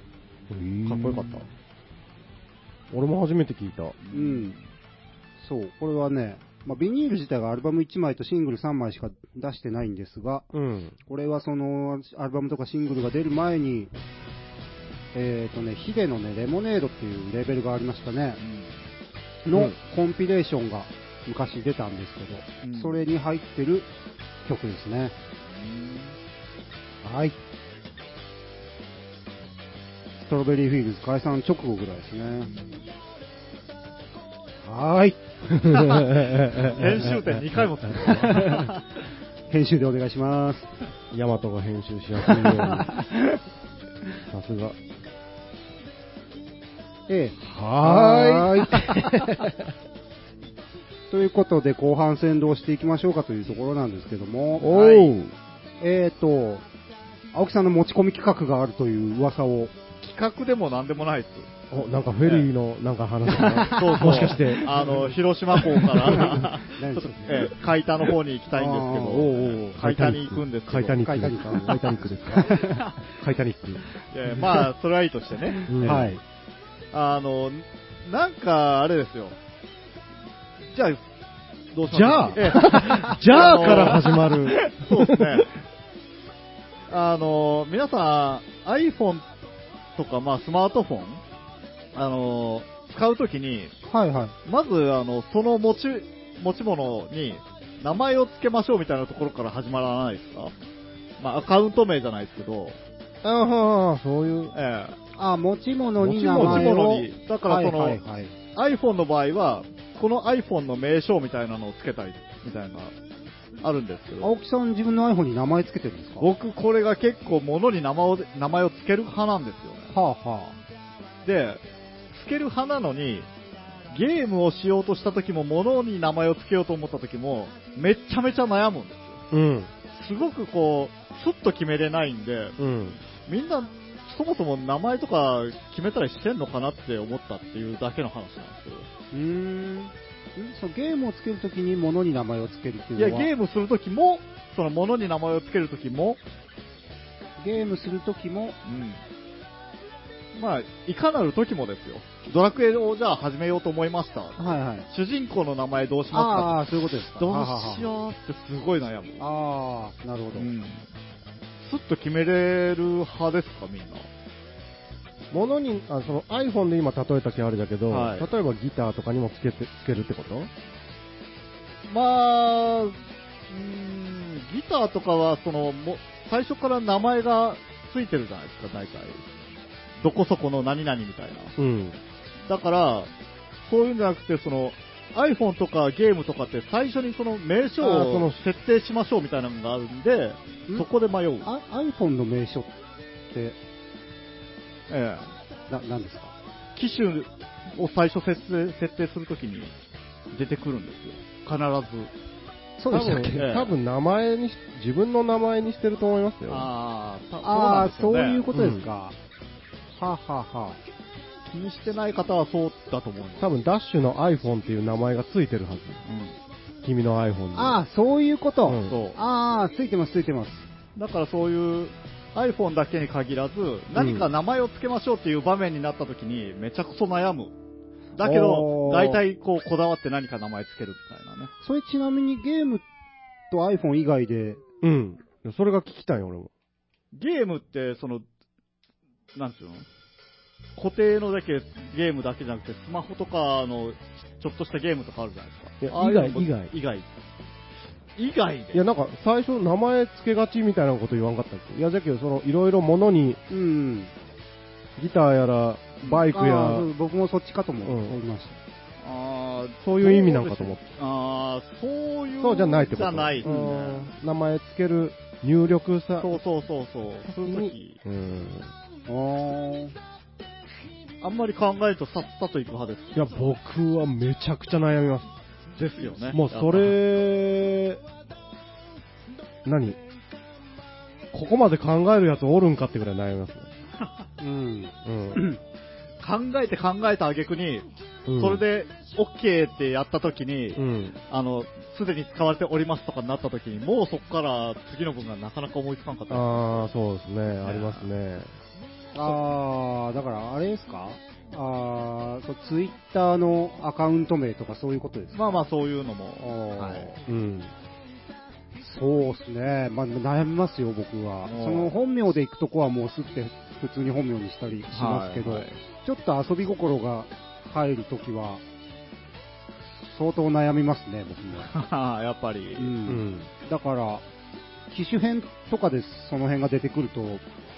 Speaker 1: へえ
Speaker 2: えかっこよかっ
Speaker 3: 俺も初めて聞いた。
Speaker 2: た。
Speaker 3: う
Speaker 1: うん。そうこれはね、まあ、ビニール自体がアルバム1枚とシングル3枚しか出してないんですが
Speaker 3: ん。
Speaker 1: これはそのアルバムとかシングルが出る前に、えーとね、ヒデの、ね、レモネードっていうレーベルがありましたね、
Speaker 3: う
Speaker 1: の
Speaker 3: ん
Speaker 1: コンピレーションが昔出たんですけど、
Speaker 2: うん
Speaker 1: それに入ってる曲ですね。
Speaker 3: はい。
Speaker 1: ストロベリーフィールズ解散直後ぐらいですね。
Speaker 3: はーい。
Speaker 2: 編集点2回もつ いてた
Speaker 1: 編集でお願いします。
Speaker 3: ヤマトが編集しや すいように。さすが。
Speaker 1: え
Speaker 3: はーい。
Speaker 1: え、ということで後半戦どうしていきましょうかというところなんですけども、
Speaker 3: お
Speaker 1: はい
Speaker 3: ー。
Speaker 1: えーと、青木さんの持ち込み企画があるという噂を
Speaker 2: 企画でもなんでもないです。
Speaker 3: お、なんかフェリーのなんか話が。
Speaker 2: そうそう
Speaker 3: もしかして
Speaker 2: あの、広島港 から、ちょっと、ええ海田の方に行きたいん
Speaker 1: あーおうお
Speaker 2: ですけど、海田に行くんですけど、
Speaker 3: カイタニッ
Speaker 1: 海
Speaker 3: ク
Speaker 1: 田
Speaker 3: で
Speaker 1: に
Speaker 3: す
Speaker 1: 行
Speaker 3: か
Speaker 1: く。
Speaker 3: カイタニックですか。 カイタニック。
Speaker 2: ええまあ、それはいいとしてね。
Speaker 3: うん
Speaker 1: はい。
Speaker 2: あの、なんか、あれですよ。じゃあ、どうします
Speaker 3: じゃあ
Speaker 2: ええ
Speaker 3: じゃあから始まる。
Speaker 2: あのそうですね。あの、皆さん、iPhone とか、まあ、スマートフォン、あの、使うときに、
Speaker 1: はいはい。
Speaker 2: まず、あの、その持ち、持ち物に名前を付けましょうみたいなところから始まらないですかまあ、アカウント名じゃないですけど、
Speaker 3: ああ、そういう。
Speaker 2: え
Speaker 1: あ、持ち物に
Speaker 2: え、
Speaker 1: 名
Speaker 2: 持ち
Speaker 1: 前
Speaker 2: 物
Speaker 1: を。
Speaker 2: に、だからその、
Speaker 1: はいはいはい
Speaker 2: iPhone の場合は、この iPhone の名称みたいなのをつけたり、みたいな、あるんですけど
Speaker 1: 青、木さん自分の iPhone に名前つけてるんですかは
Speaker 2: 僕これが結構物に名前を、名前をつける派なんですよね。
Speaker 1: あは
Speaker 2: で、つける派なのに、ゲームをしようとした時も物に名前をつけようと思った時も、めっちゃめちゃ悩むんですよ。
Speaker 3: うん。
Speaker 2: すごくこう、スッと決めれないんで、
Speaker 3: うん。
Speaker 2: みんな、そもそも名前とか決めたりしてんのかなって思ったっていうだけの話なんですけど。
Speaker 1: うーんんそのゲームをつけるときに物に名前をつけるっていう
Speaker 2: い
Speaker 1: の
Speaker 2: や、
Speaker 1: は
Speaker 2: ゲームするときも、その物に名前をつけるときも、
Speaker 1: ゲームするときも
Speaker 2: まあ、いかなるときもですよ。ドラクエをじゃあ始めようと思いました。
Speaker 1: はいはい
Speaker 2: 主人公の名前どうしま
Speaker 1: ああそういうことです
Speaker 2: す
Speaker 1: か
Speaker 2: かどうし
Speaker 1: う
Speaker 2: ようってすごい悩む。
Speaker 1: ああなるほ
Speaker 2: う
Speaker 1: ど、
Speaker 2: ん。スッと決めれる派ですか、みんな。
Speaker 3: 物に、あその iPhone で今例えたけあれだけど、
Speaker 2: はい
Speaker 3: 例えばギターとかにもつけて、つけるってこと
Speaker 2: まあ、うーん、ギターとかは、その、も最初から名前がついてるじゃないですか、大体。どこそこの何々みたいな。
Speaker 3: うん。
Speaker 2: だから、そういうんじゃなくて、その、iPhone とかゲームとかって最初にその名称
Speaker 3: あーその
Speaker 2: を設定しましょうみたいなのがあるんで、
Speaker 1: ん
Speaker 2: そこで迷う。
Speaker 1: あ iPhone の名所って
Speaker 2: え
Speaker 1: な何ですか
Speaker 2: え。機種を最初設定設定するときに出てくるんですよ。必ず。
Speaker 3: そう
Speaker 1: でしたっけ
Speaker 3: 多
Speaker 2: え
Speaker 3: 分
Speaker 2: え
Speaker 3: 多分名前にし、自分の名前にしてると思いますよ。
Speaker 2: ああ、。
Speaker 1: ああそういうこととですか、はあ、はあはあ
Speaker 2: 気にしてない方はそうだと思うんです。
Speaker 3: 多分ダッシュの iPhone っていう名前がついてるはず。君の iPhone に。
Speaker 1: ああそういうこと、
Speaker 3: う
Speaker 2: うんん。そう。
Speaker 1: ああついてますついてます
Speaker 2: だからそういう iPhone だけに限らず、何か名前を付けましょうっていう場面になった時にめちゃくそ悩む。だけど
Speaker 1: お、ー
Speaker 2: 大体こうこだわって何か名前つけるみたいなね。
Speaker 1: それちなみにゲームと iPhone 以外で
Speaker 3: うん。それが聞きたい、俺も。
Speaker 2: ゲームって、その、なんていうの固定のだけゲームだけじゃなくて、スマホとかのちょっとしたゲームとかあるじゃない
Speaker 3: い
Speaker 2: です
Speaker 3: や
Speaker 2: か。ああいうのも
Speaker 4: 以外
Speaker 2: 以外。以外で。
Speaker 3: いや、なんか、最初、名前付けがちみたいなこと言わんかったっけいや、じゃけど、その、いろいろものに、
Speaker 1: うん。
Speaker 3: ギターやら、バイク
Speaker 1: あ
Speaker 3: や
Speaker 1: ー、そう僕もそっちかとも
Speaker 3: うん
Speaker 1: 思いまし
Speaker 2: あー
Speaker 3: そういう意味なんかと思って。
Speaker 2: ああ、そういう。
Speaker 3: そうじゃないってこと
Speaker 2: じゃないです
Speaker 3: う
Speaker 2: ね。
Speaker 3: ん名前付ける、入力さ、
Speaker 2: そうそうそうそう。そういう時、
Speaker 3: うん。
Speaker 1: た。あ
Speaker 2: あんまり考えるとさっさと行く派です。
Speaker 3: いや、僕はめちゃくちゃ悩みます。
Speaker 2: ですよね。
Speaker 3: もうそれ、何ここまで考えるやつおるんかってぐらい悩みますね。
Speaker 1: あ。うん。
Speaker 3: うん。
Speaker 2: 考えて考えた挙句に、
Speaker 3: うん
Speaker 2: それ、で OK ってやった時に、
Speaker 3: うん。
Speaker 2: あの、すでに使われておりますとかになった時に、もうそこから次の文がなかなか思いつかんかった。
Speaker 3: ああ、そうですね。ありますね。
Speaker 1: あー、だからあれですかあー、そうツイッターのアカウント名とかそういうことですか
Speaker 2: まあまあそういうの
Speaker 1: あ
Speaker 2: も。
Speaker 1: ー
Speaker 2: はい
Speaker 3: うん。
Speaker 1: そうですね。まあ悩みますよ、僕は。
Speaker 2: おー
Speaker 1: その本名で行くとこはもうすって普通に本名にしたりしますけど、
Speaker 2: はいはい
Speaker 1: ちょっと遊び心が入るときは、相当悩みますね、僕も。
Speaker 2: やっぱり。
Speaker 1: う。
Speaker 3: うんん。
Speaker 1: だから、機種編とかでその辺が出てくると、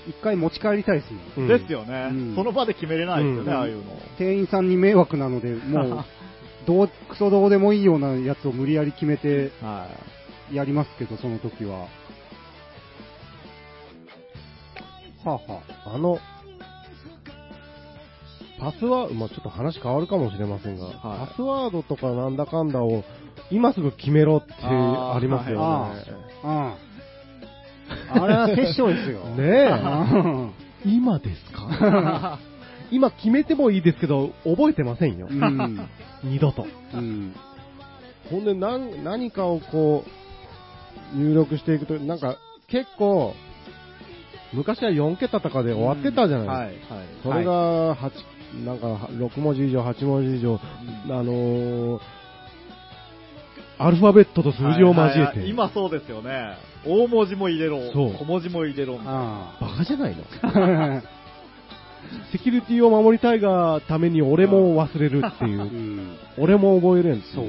Speaker 1: 一回持ち帰りたいですね。
Speaker 3: うん
Speaker 2: ですよね、
Speaker 1: うん
Speaker 2: その場で決めれないですよね、
Speaker 1: うん
Speaker 2: ああいうの。
Speaker 1: 店員さんに迷惑なので、も う、どう、クソどうでもいいようなやつを無理やり決めて
Speaker 2: はい。
Speaker 1: やりますけど、その時は。はあ、は
Speaker 3: あの、パスワード、まあちょっと話変わるかもしれませんが、
Speaker 2: はい
Speaker 3: パスワードとかなんだかんだを、今すぐ決めろって
Speaker 2: あー
Speaker 3: ありますよ
Speaker 1: は
Speaker 3: ね。
Speaker 1: あ、うん。あれは殺生です よ。
Speaker 3: ね
Speaker 1: うん
Speaker 3: え、今ですか今決めてもいいですけど、覚えてませんよ
Speaker 1: う。ん。
Speaker 3: 二度と。
Speaker 1: うん。
Speaker 3: ほんで、なん何かをこう、入力していくと、なんか、結構、昔は4桁とかで終わってたじゃないですか。
Speaker 2: うんはい、はい。
Speaker 3: それが、八なんか、は6文字以上、8文字以上、
Speaker 2: うん
Speaker 3: あのーアルファベットと数字を交え
Speaker 2: はいはいはい
Speaker 3: て。
Speaker 2: 今そうですよね。大文字も入れろ。
Speaker 3: そう
Speaker 2: 小文字も入れろ。
Speaker 1: あ
Speaker 3: バカじゃないの
Speaker 1: あ。
Speaker 3: セキュリティを守りたいがために俺も忘れるっていう う。
Speaker 1: ん。
Speaker 3: 俺も覚えれんってい
Speaker 1: そう。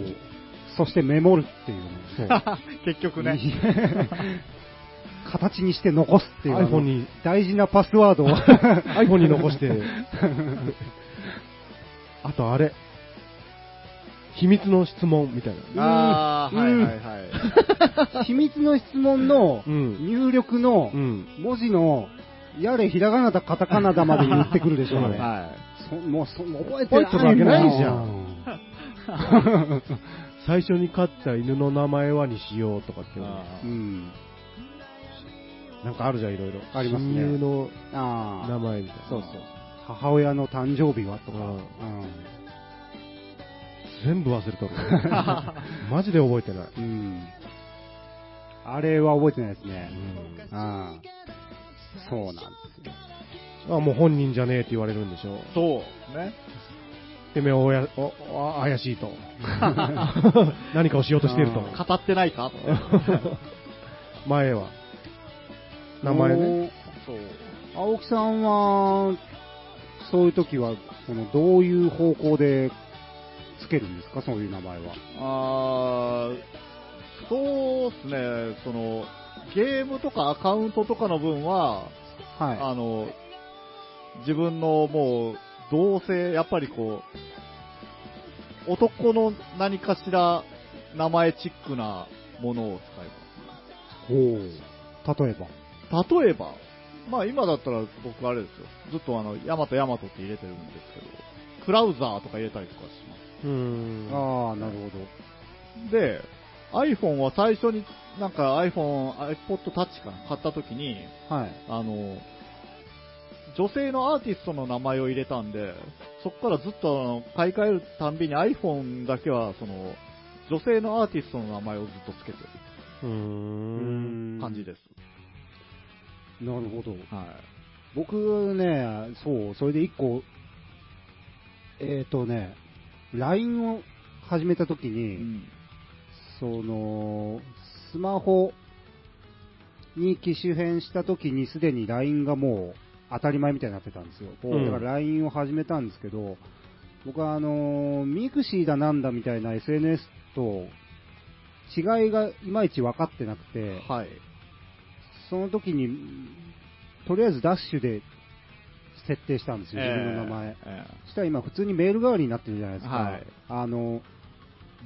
Speaker 1: そしてメモるっていうね。
Speaker 3: そう
Speaker 2: 結局ね。
Speaker 1: 形にして残すっていう。
Speaker 3: iPhone に、
Speaker 1: 大事なパスワードを。
Speaker 3: iPhone に残して。あとあれ。秘密の質問みたいな。
Speaker 2: ああ、
Speaker 1: う
Speaker 2: はい
Speaker 1: ん
Speaker 2: はいは い。
Speaker 1: 秘密の質問の
Speaker 3: うん。
Speaker 1: 入力の
Speaker 3: うん。
Speaker 1: 文字の、やれひらがなだカタカナだまで言ってくるでしょ、 あれ。
Speaker 2: は
Speaker 1: そもうそ覚えて
Speaker 3: 覚えてるわけないじゃ
Speaker 1: ん。
Speaker 3: 最初に飼った犬の名前はにしようとかって
Speaker 2: い。
Speaker 3: いうの
Speaker 2: あ
Speaker 1: う
Speaker 2: ー
Speaker 1: ん。
Speaker 3: なんかあるじゃん、いろいろ。
Speaker 1: ありますね
Speaker 3: 親友の
Speaker 1: あ
Speaker 3: 名
Speaker 1: あ、
Speaker 3: 前みたいな。
Speaker 1: そうそう。母親の誕生日はとか。
Speaker 3: うん
Speaker 1: うん
Speaker 3: 全部 忘れとる。マジで覚えてない。
Speaker 1: うん。あれは覚えてないです
Speaker 3: う
Speaker 1: ね。
Speaker 3: ん
Speaker 1: ああ。そうなんですよ。
Speaker 3: あ、もう本人じゃねえって言われるんでしょ。
Speaker 2: そうですね。
Speaker 3: てめえおやおお怪しい と。何かをしようとしていると
Speaker 1: う。ん
Speaker 2: 語ってないか
Speaker 3: 前は。名前ね。
Speaker 2: そう。
Speaker 1: お。青木さんは、そういう時は、その、どういう方向でつけるんですかそういう名前は。
Speaker 2: あーそうですね、その、ゲームとかアカウントとかの分は、
Speaker 1: は
Speaker 2: あの、自分のもう、同性、やっぱりこう、男の何かしら名前チックなものを使い
Speaker 1: い。おお。例えば。
Speaker 2: ます。例えば、まあ今だったら僕あれですよ、ずっとあの、ヤマトヤマトって入れてるんですけど、クラウザーとか入れたりとかします。
Speaker 3: うん
Speaker 1: ああ、なるほど。
Speaker 2: で、iPhone は最初に、なんか iPhone、iPod Touch かな買った時に、
Speaker 1: はい。
Speaker 2: あの、女性のアーティストの名前を入れたんで、そこからずっとあの買い替えるたんびに iPhone だけは、その、女性のアーティストの名前をずっとつけてる
Speaker 3: うーん。
Speaker 2: 感じです。
Speaker 1: なるほど。
Speaker 2: は
Speaker 1: 僕ね、そう、それで一個、えっ、ー、とね、LINE を始めた時
Speaker 2: い。
Speaker 1: に、
Speaker 2: うん
Speaker 1: その、スマホに機種変した時にすでに LINE がもう当たり前みたいになってたんですよ。
Speaker 3: うん
Speaker 1: だから LINE を始めたんですけど、僕はあのーミクシーだなんだみたいな SNS と違いがいまいち分かってなくて、
Speaker 2: はい。
Speaker 1: その時に、とりあえずダッシュで設定したんですよ、自分の名前。
Speaker 2: え
Speaker 1: そしたら今普通にメール代わりになってるじゃないですか。
Speaker 2: はい
Speaker 1: あの、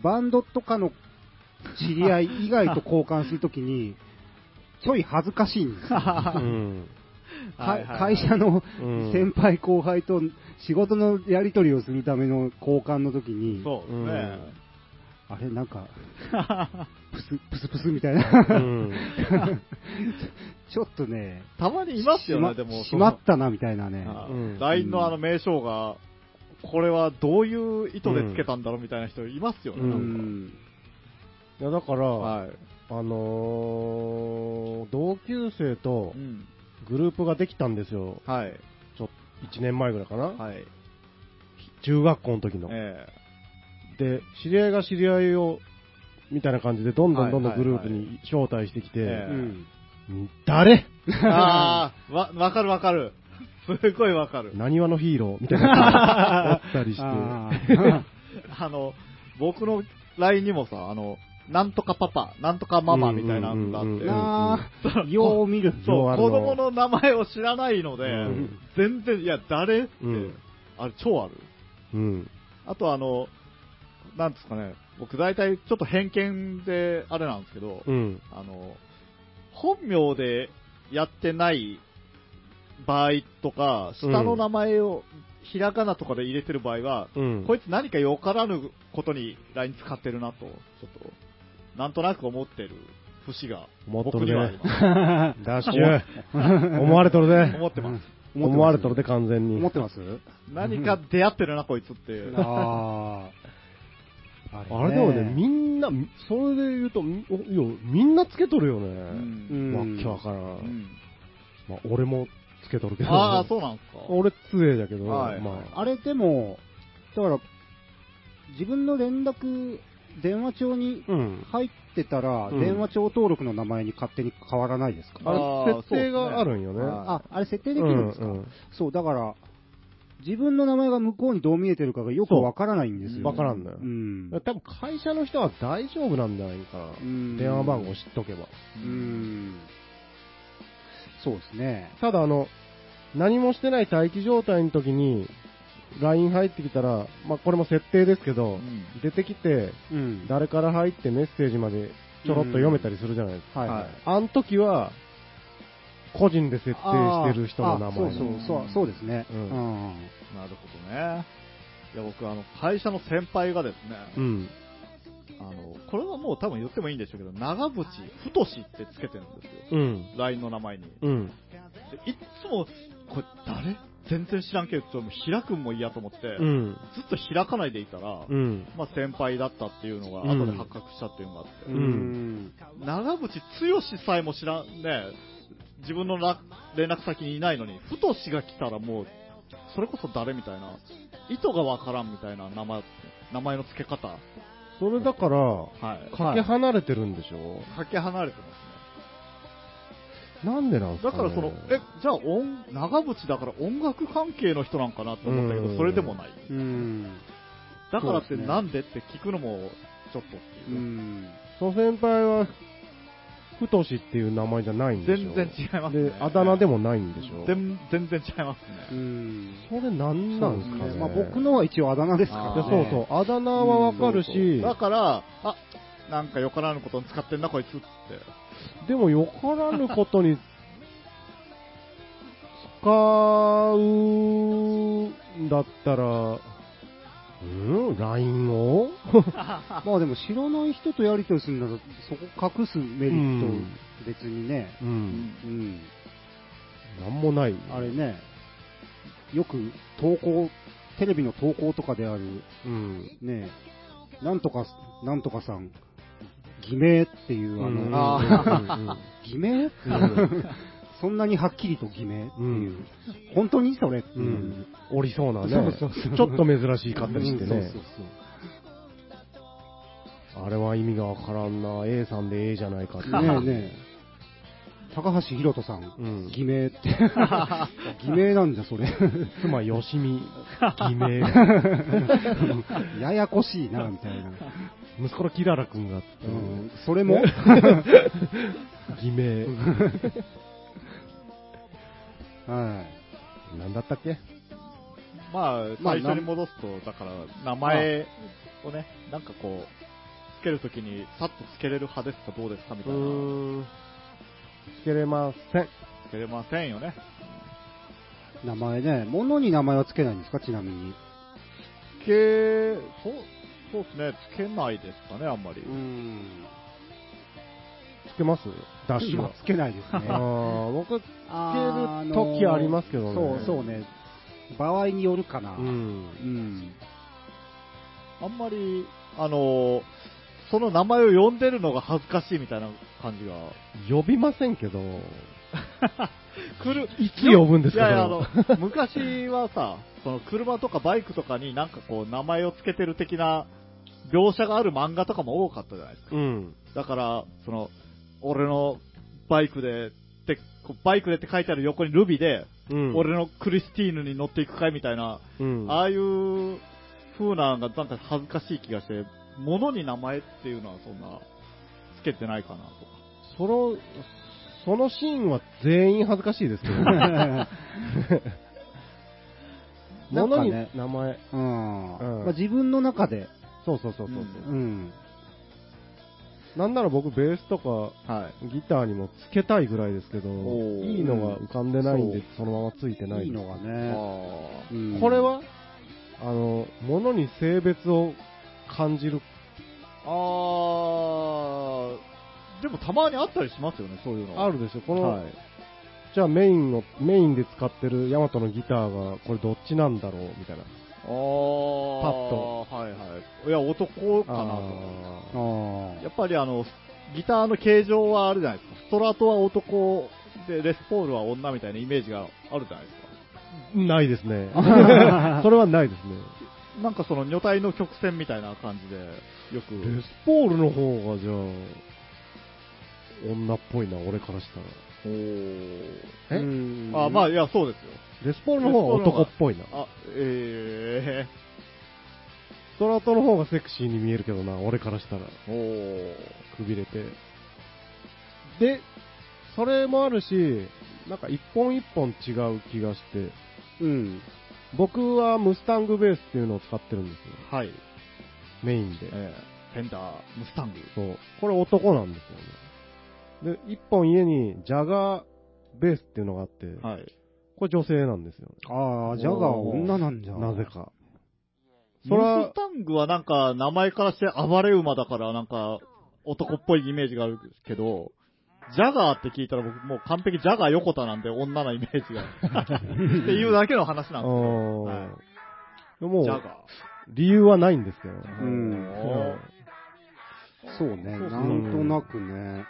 Speaker 1: バンドとかの知り合い以外と交換するときに、ちょい恥ずかしいんです よ。
Speaker 2: え
Speaker 3: うん。
Speaker 2: はいはい
Speaker 1: 会社の
Speaker 3: うん
Speaker 1: 先輩後輩と仕事のやり取りをするための交換の時に、
Speaker 2: そうですね。
Speaker 1: あれなん か、プスプスプスみたいな、
Speaker 3: うん。
Speaker 1: ちょっとね、
Speaker 2: たまにいますよ
Speaker 1: しま
Speaker 2: ね、でも。
Speaker 1: しまったなみたいなね、
Speaker 2: は
Speaker 3: う
Speaker 2: い
Speaker 3: ん
Speaker 2: LINE のあの名称が、これはどういう意図でつけたんだろうみたいな人いますよね、
Speaker 3: う
Speaker 1: う
Speaker 2: なん
Speaker 1: ん、
Speaker 3: いや、だから、
Speaker 2: か。はい。
Speaker 3: あのー同級生と
Speaker 2: うん。
Speaker 3: グループができたんですよ。
Speaker 2: はい。
Speaker 3: ちょっと1年前ぐらいかな、
Speaker 2: はい。
Speaker 3: 中学校の時の。
Speaker 2: え
Speaker 3: で、知り合いが知り合いを、みたいな感じで、どんどんどんどん
Speaker 2: はい
Speaker 3: グ
Speaker 2: はいは
Speaker 3: ル
Speaker 2: い
Speaker 3: ープに招待してきて、
Speaker 1: う
Speaker 2: え
Speaker 1: ん、
Speaker 3: 誰
Speaker 2: えああ、わ、わかるわかる。すごいわかる。
Speaker 3: 何話のヒーローみたいな人がおった り
Speaker 1: あ
Speaker 3: して、
Speaker 1: ー
Speaker 2: あの、僕の LINE にもさ、あの、なんとかパパ、なんとかママみたいなのがあって、
Speaker 3: うんうんうんうん
Speaker 1: なあ、よう見る。
Speaker 2: そう
Speaker 3: よう、ある
Speaker 2: 子
Speaker 3: の
Speaker 2: 供の名前を知らないので、
Speaker 3: うん
Speaker 2: 全然、いや、誰って、
Speaker 3: うん
Speaker 2: あれ、超ある。
Speaker 3: うん。
Speaker 2: あと、あの、なんですかね、僕大体ちょっと偏見であれなんですけど、
Speaker 3: うん。
Speaker 2: あの、本名でやってない場合とか、下の名前をひらがなとかで入れてる場合は、
Speaker 3: うん。
Speaker 2: こいつ何かよからぬことに LINE 使ってるなと、ちょっと、なんとなく思ってる節が、
Speaker 3: 思っ
Speaker 2: 僕
Speaker 3: とる
Speaker 2: に
Speaker 3: ね
Speaker 2: はあります。
Speaker 3: ダッ シュ思われとるね。
Speaker 2: 思ってます。
Speaker 3: 思われとるで、完全
Speaker 1: 思
Speaker 3: に
Speaker 1: っ。てます
Speaker 2: 何か出会ってるな、こいつって。
Speaker 1: ああ。
Speaker 3: あれでもね、みんな、それで言うと、みおいやみんなつけとるよね。
Speaker 2: うん
Speaker 1: うん
Speaker 3: わっけわからん。
Speaker 2: うん
Speaker 3: まあ、俺もつけとるけど。
Speaker 2: ああ、そうなんですか。
Speaker 3: 俺、杖だけど、
Speaker 2: はい
Speaker 3: まあ。
Speaker 1: あれでも、だから、自分の連絡、電話帳に
Speaker 3: うん。
Speaker 1: 入ってたら、
Speaker 3: うん
Speaker 1: 電話帳登録の名前に勝手に変わらないですか、
Speaker 3: あれ
Speaker 2: あー
Speaker 3: 設定があるんよね
Speaker 2: そうです
Speaker 1: あ、あれ設定できるんですか、
Speaker 3: うんうん
Speaker 1: そう、だから、自分の名前が向こうにどう見えてるかがよくわからないんですよ。
Speaker 3: わからんのよ
Speaker 1: う。ん。
Speaker 3: 多分会社の人は大丈夫なんじゃないかな。
Speaker 1: ん
Speaker 3: 電話番号知っとけば。
Speaker 1: う
Speaker 2: うん
Speaker 1: ん。そうですね。
Speaker 3: ただあの、何もしてない待機状態の時に、LINE 入ってきたら、まあこれも設定ですけど、
Speaker 2: うん
Speaker 3: 出てきて、
Speaker 1: うん。
Speaker 3: 誰から入ってメッセージまでちょろっと読めたりするじゃないですか。
Speaker 1: はい、
Speaker 2: はい
Speaker 3: あの時は、個人で設定してる人の名前
Speaker 1: あーあそうそうそう、そうですね。
Speaker 3: う
Speaker 1: うんん。
Speaker 2: なるほどね。いや、僕、あの、会社の先輩がですね、
Speaker 3: うん。
Speaker 2: あの、これはもう多分言ってもいいんでしょうけど、長渕太志ってつけてるんですよ。
Speaker 3: うん。
Speaker 2: LINE の名前に。で
Speaker 3: うん。
Speaker 2: いっつも、これ誰全然知らんけど、ちょっと開くんも嫌と思って、
Speaker 3: うん。
Speaker 2: ずっと開かないでいたら、
Speaker 3: うん。
Speaker 2: まあ先輩だったっていうのが後で発覚したっていうのがあって、
Speaker 1: うんん。
Speaker 2: 長渕剛さえも知らんね、自分のな連絡先にいないのに、太志が来たらもう、それこそ誰みたいな、意図がわからんみたいな名前名前の付け方、はい、
Speaker 3: それだから、かけ離れてるんでしょ、
Speaker 2: かけ離れてますね。
Speaker 3: なんでなんすか、
Speaker 2: だ
Speaker 3: ね、
Speaker 2: からその、え、じゃあ音、長渕だから音楽関係の人なんかなと思ったけ
Speaker 3: う
Speaker 2: ど、
Speaker 3: ん
Speaker 2: それでもない。
Speaker 1: うん。
Speaker 2: だからっ
Speaker 1: そ
Speaker 2: て
Speaker 1: うですね
Speaker 2: なんでって聞くのも、ちょっとって
Speaker 1: う
Speaker 2: いう。
Speaker 1: ん。
Speaker 3: その先輩は、ふとしっていう名前じゃないんでしょ
Speaker 2: 全然違いますね
Speaker 3: で、。あだ名でもないんでしょ
Speaker 2: 全全然違います
Speaker 1: う
Speaker 2: ね。
Speaker 1: ん。
Speaker 3: それなんなんすか
Speaker 1: そう
Speaker 3: ね
Speaker 1: ですねまあ僕のは一応あだ名ですから
Speaker 2: あ
Speaker 3: いや
Speaker 1: ね。
Speaker 3: そうそう、あだ名はわかるし、
Speaker 2: だから、あ、なんかよからぬことに使ってんな、こいつって。
Speaker 3: でもよからぬことに、使うんだったら、うん ?LINE を
Speaker 1: まあでも知らない人とやり取りするなら、そこ隠すメリット、別にね。
Speaker 3: う。
Speaker 2: うんん
Speaker 1: うん。
Speaker 3: なんもない。
Speaker 1: あれね、よく投稿、テレビの投稿とかである、
Speaker 3: うん。
Speaker 1: ねえ、なんとか、なんとかさん、偽名っていう、あの、
Speaker 3: うん
Speaker 2: あ
Speaker 1: 偽名
Speaker 3: うん
Speaker 1: そんなにはっきりと偽名っていう、
Speaker 3: うん
Speaker 1: 本当にそれって
Speaker 3: う
Speaker 1: い
Speaker 3: ん
Speaker 1: う、
Speaker 3: おりそうなね。
Speaker 1: そうそうそう
Speaker 3: ちょっと珍しい方し
Speaker 1: そ
Speaker 3: てね。
Speaker 1: うそうそう
Speaker 3: あれは意味がわからんな、A さんで A じゃないかって。
Speaker 1: ねえね高橋宏斗さん、
Speaker 3: うん
Speaker 1: 偽名って 偽名なんじゃそれ
Speaker 3: 妻よしみ、偽名、
Speaker 1: ややこしいなみたいな、
Speaker 3: 息子のキララ君が、
Speaker 1: うん、それ も
Speaker 3: 偽名、
Speaker 1: は
Speaker 3: なんだったっけ
Speaker 2: まあ、
Speaker 1: まあ
Speaker 2: 最初に戻すと、だから、名前をね、なんかこう、つけるときに、さっとつけれる派ですか、どうですかみ
Speaker 3: う
Speaker 2: たいな。
Speaker 3: ーん、つけれません。
Speaker 2: つけれませんよね。
Speaker 1: い名前ね物に名前はつけないんですかちなみに
Speaker 2: つけ、そう、そうですね、つけないですかね、あんまり。
Speaker 1: ん
Speaker 3: つけますダッシュ
Speaker 1: 今。
Speaker 3: は
Speaker 1: つけないですね
Speaker 3: あー僕、つけ
Speaker 1: あ
Speaker 3: る
Speaker 1: の
Speaker 3: 時ありますけどね。
Speaker 1: そうそうね場合によるかな
Speaker 3: うん。
Speaker 1: う ん
Speaker 2: あんまり、あの、その名前を呼んでるのが恥ずかしいみたいな感じが。
Speaker 3: 呼びませんけど、
Speaker 2: 来る
Speaker 3: いつ呼ぶんですか
Speaker 2: いやいや、あ
Speaker 3: それ
Speaker 2: の
Speaker 3: は、
Speaker 2: 昔はさ、その車とかバイクとかになんかこう、名前をつけてる的な描写がある漫画とかも多かったじゃないですか。
Speaker 3: うん。
Speaker 2: だから、その、俺のバイクで、って、こうバイクでって書いてある横にルビで、
Speaker 3: うん。
Speaker 2: 俺のクリスティーヌに乗っていくかいみたいな、
Speaker 3: うん。
Speaker 2: ああいう風なのがなんか恥ずかしい気がして、物に名前っていうのはそんな、つけてないかなとか。
Speaker 3: その、そのシーンは全員恥ずかしいです けど、ね、
Speaker 1: なん
Speaker 3: 物
Speaker 1: か
Speaker 3: に
Speaker 1: ね
Speaker 3: 名前。
Speaker 1: うん
Speaker 3: う
Speaker 1: ま
Speaker 3: ん
Speaker 1: あ、自分の中で、
Speaker 3: そうそうそう
Speaker 2: う
Speaker 3: そう。
Speaker 2: ん
Speaker 1: うん、
Speaker 3: なんなら僕、ベースとか、
Speaker 2: はい。
Speaker 3: ギターにもつけたいぐらいですけど、
Speaker 2: おー
Speaker 3: いいのが浮かんでないん
Speaker 1: う
Speaker 3: で
Speaker 1: ん、
Speaker 3: そのままついてない
Speaker 1: い
Speaker 3: です
Speaker 1: いのが
Speaker 2: あ
Speaker 1: ね、
Speaker 2: ー
Speaker 1: うん
Speaker 3: これは、あの、物に性別を感じる。
Speaker 2: あー、でもたまにあったりしますよね、そういうの。
Speaker 3: あるでしょこの、
Speaker 2: はい。
Speaker 3: じゃあメインの、メインで使ってるヤマトのギターが、これどっちなんだろうみたいな。
Speaker 2: あー、
Speaker 3: パッと。
Speaker 2: はいはい。いや、男かなと思って。
Speaker 3: あー
Speaker 1: あ
Speaker 2: やっぱりあの、ギターの形状はあるじゃないですか。ストラトは男で、レスポールは女みたいなイメージがあるじゃないですか。
Speaker 3: ないです ね。それはないですね。
Speaker 2: なんかその女体の曲線みたいな感じで、よく。
Speaker 3: レスポールの方が、じゃあ、女っぽいな、俺からしたら。
Speaker 2: おー
Speaker 3: え
Speaker 1: うん
Speaker 2: あ、まあ、いや、そうですよ。
Speaker 3: レスポールの方が男っぽいな。
Speaker 2: あ、え
Speaker 3: ストラトの方がセクシーに見えるけどな、俺からしたら。
Speaker 2: ー。おー。
Speaker 3: くびれて。で、それもあるし、なんか一本一本違う気がして、
Speaker 1: うん、
Speaker 3: 僕はムスタングベースっていうのを使ってるんですよ。
Speaker 2: はい。
Speaker 3: メインで。
Speaker 2: えー、フェンダー、ムスタング。
Speaker 3: そう。これ男なんですよね。で、一本家にジャガーベースっていうのがあって、
Speaker 2: はい。
Speaker 3: これ女性なんですよね。
Speaker 1: ああ、ジャガーは女なんじゃ。
Speaker 3: なぜ。か。
Speaker 2: ム
Speaker 3: それは
Speaker 2: スタングはなんか、名前からして暴れ馬だから、なんか、男っぽいイメージがあるけど、ジャガーって聞いたら僕もう完璧ジャガー横田なんで女なイメージが。っていうだけの話
Speaker 3: あ
Speaker 2: なん
Speaker 3: ー
Speaker 2: ではい
Speaker 3: ですも
Speaker 2: よ。ジャガー。
Speaker 3: 理由はないんですけどね。
Speaker 1: うん
Speaker 2: お ー
Speaker 1: そうね、
Speaker 2: そうそ
Speaker 1: な
Speaker 2: う
Speaker 1: んとなくね。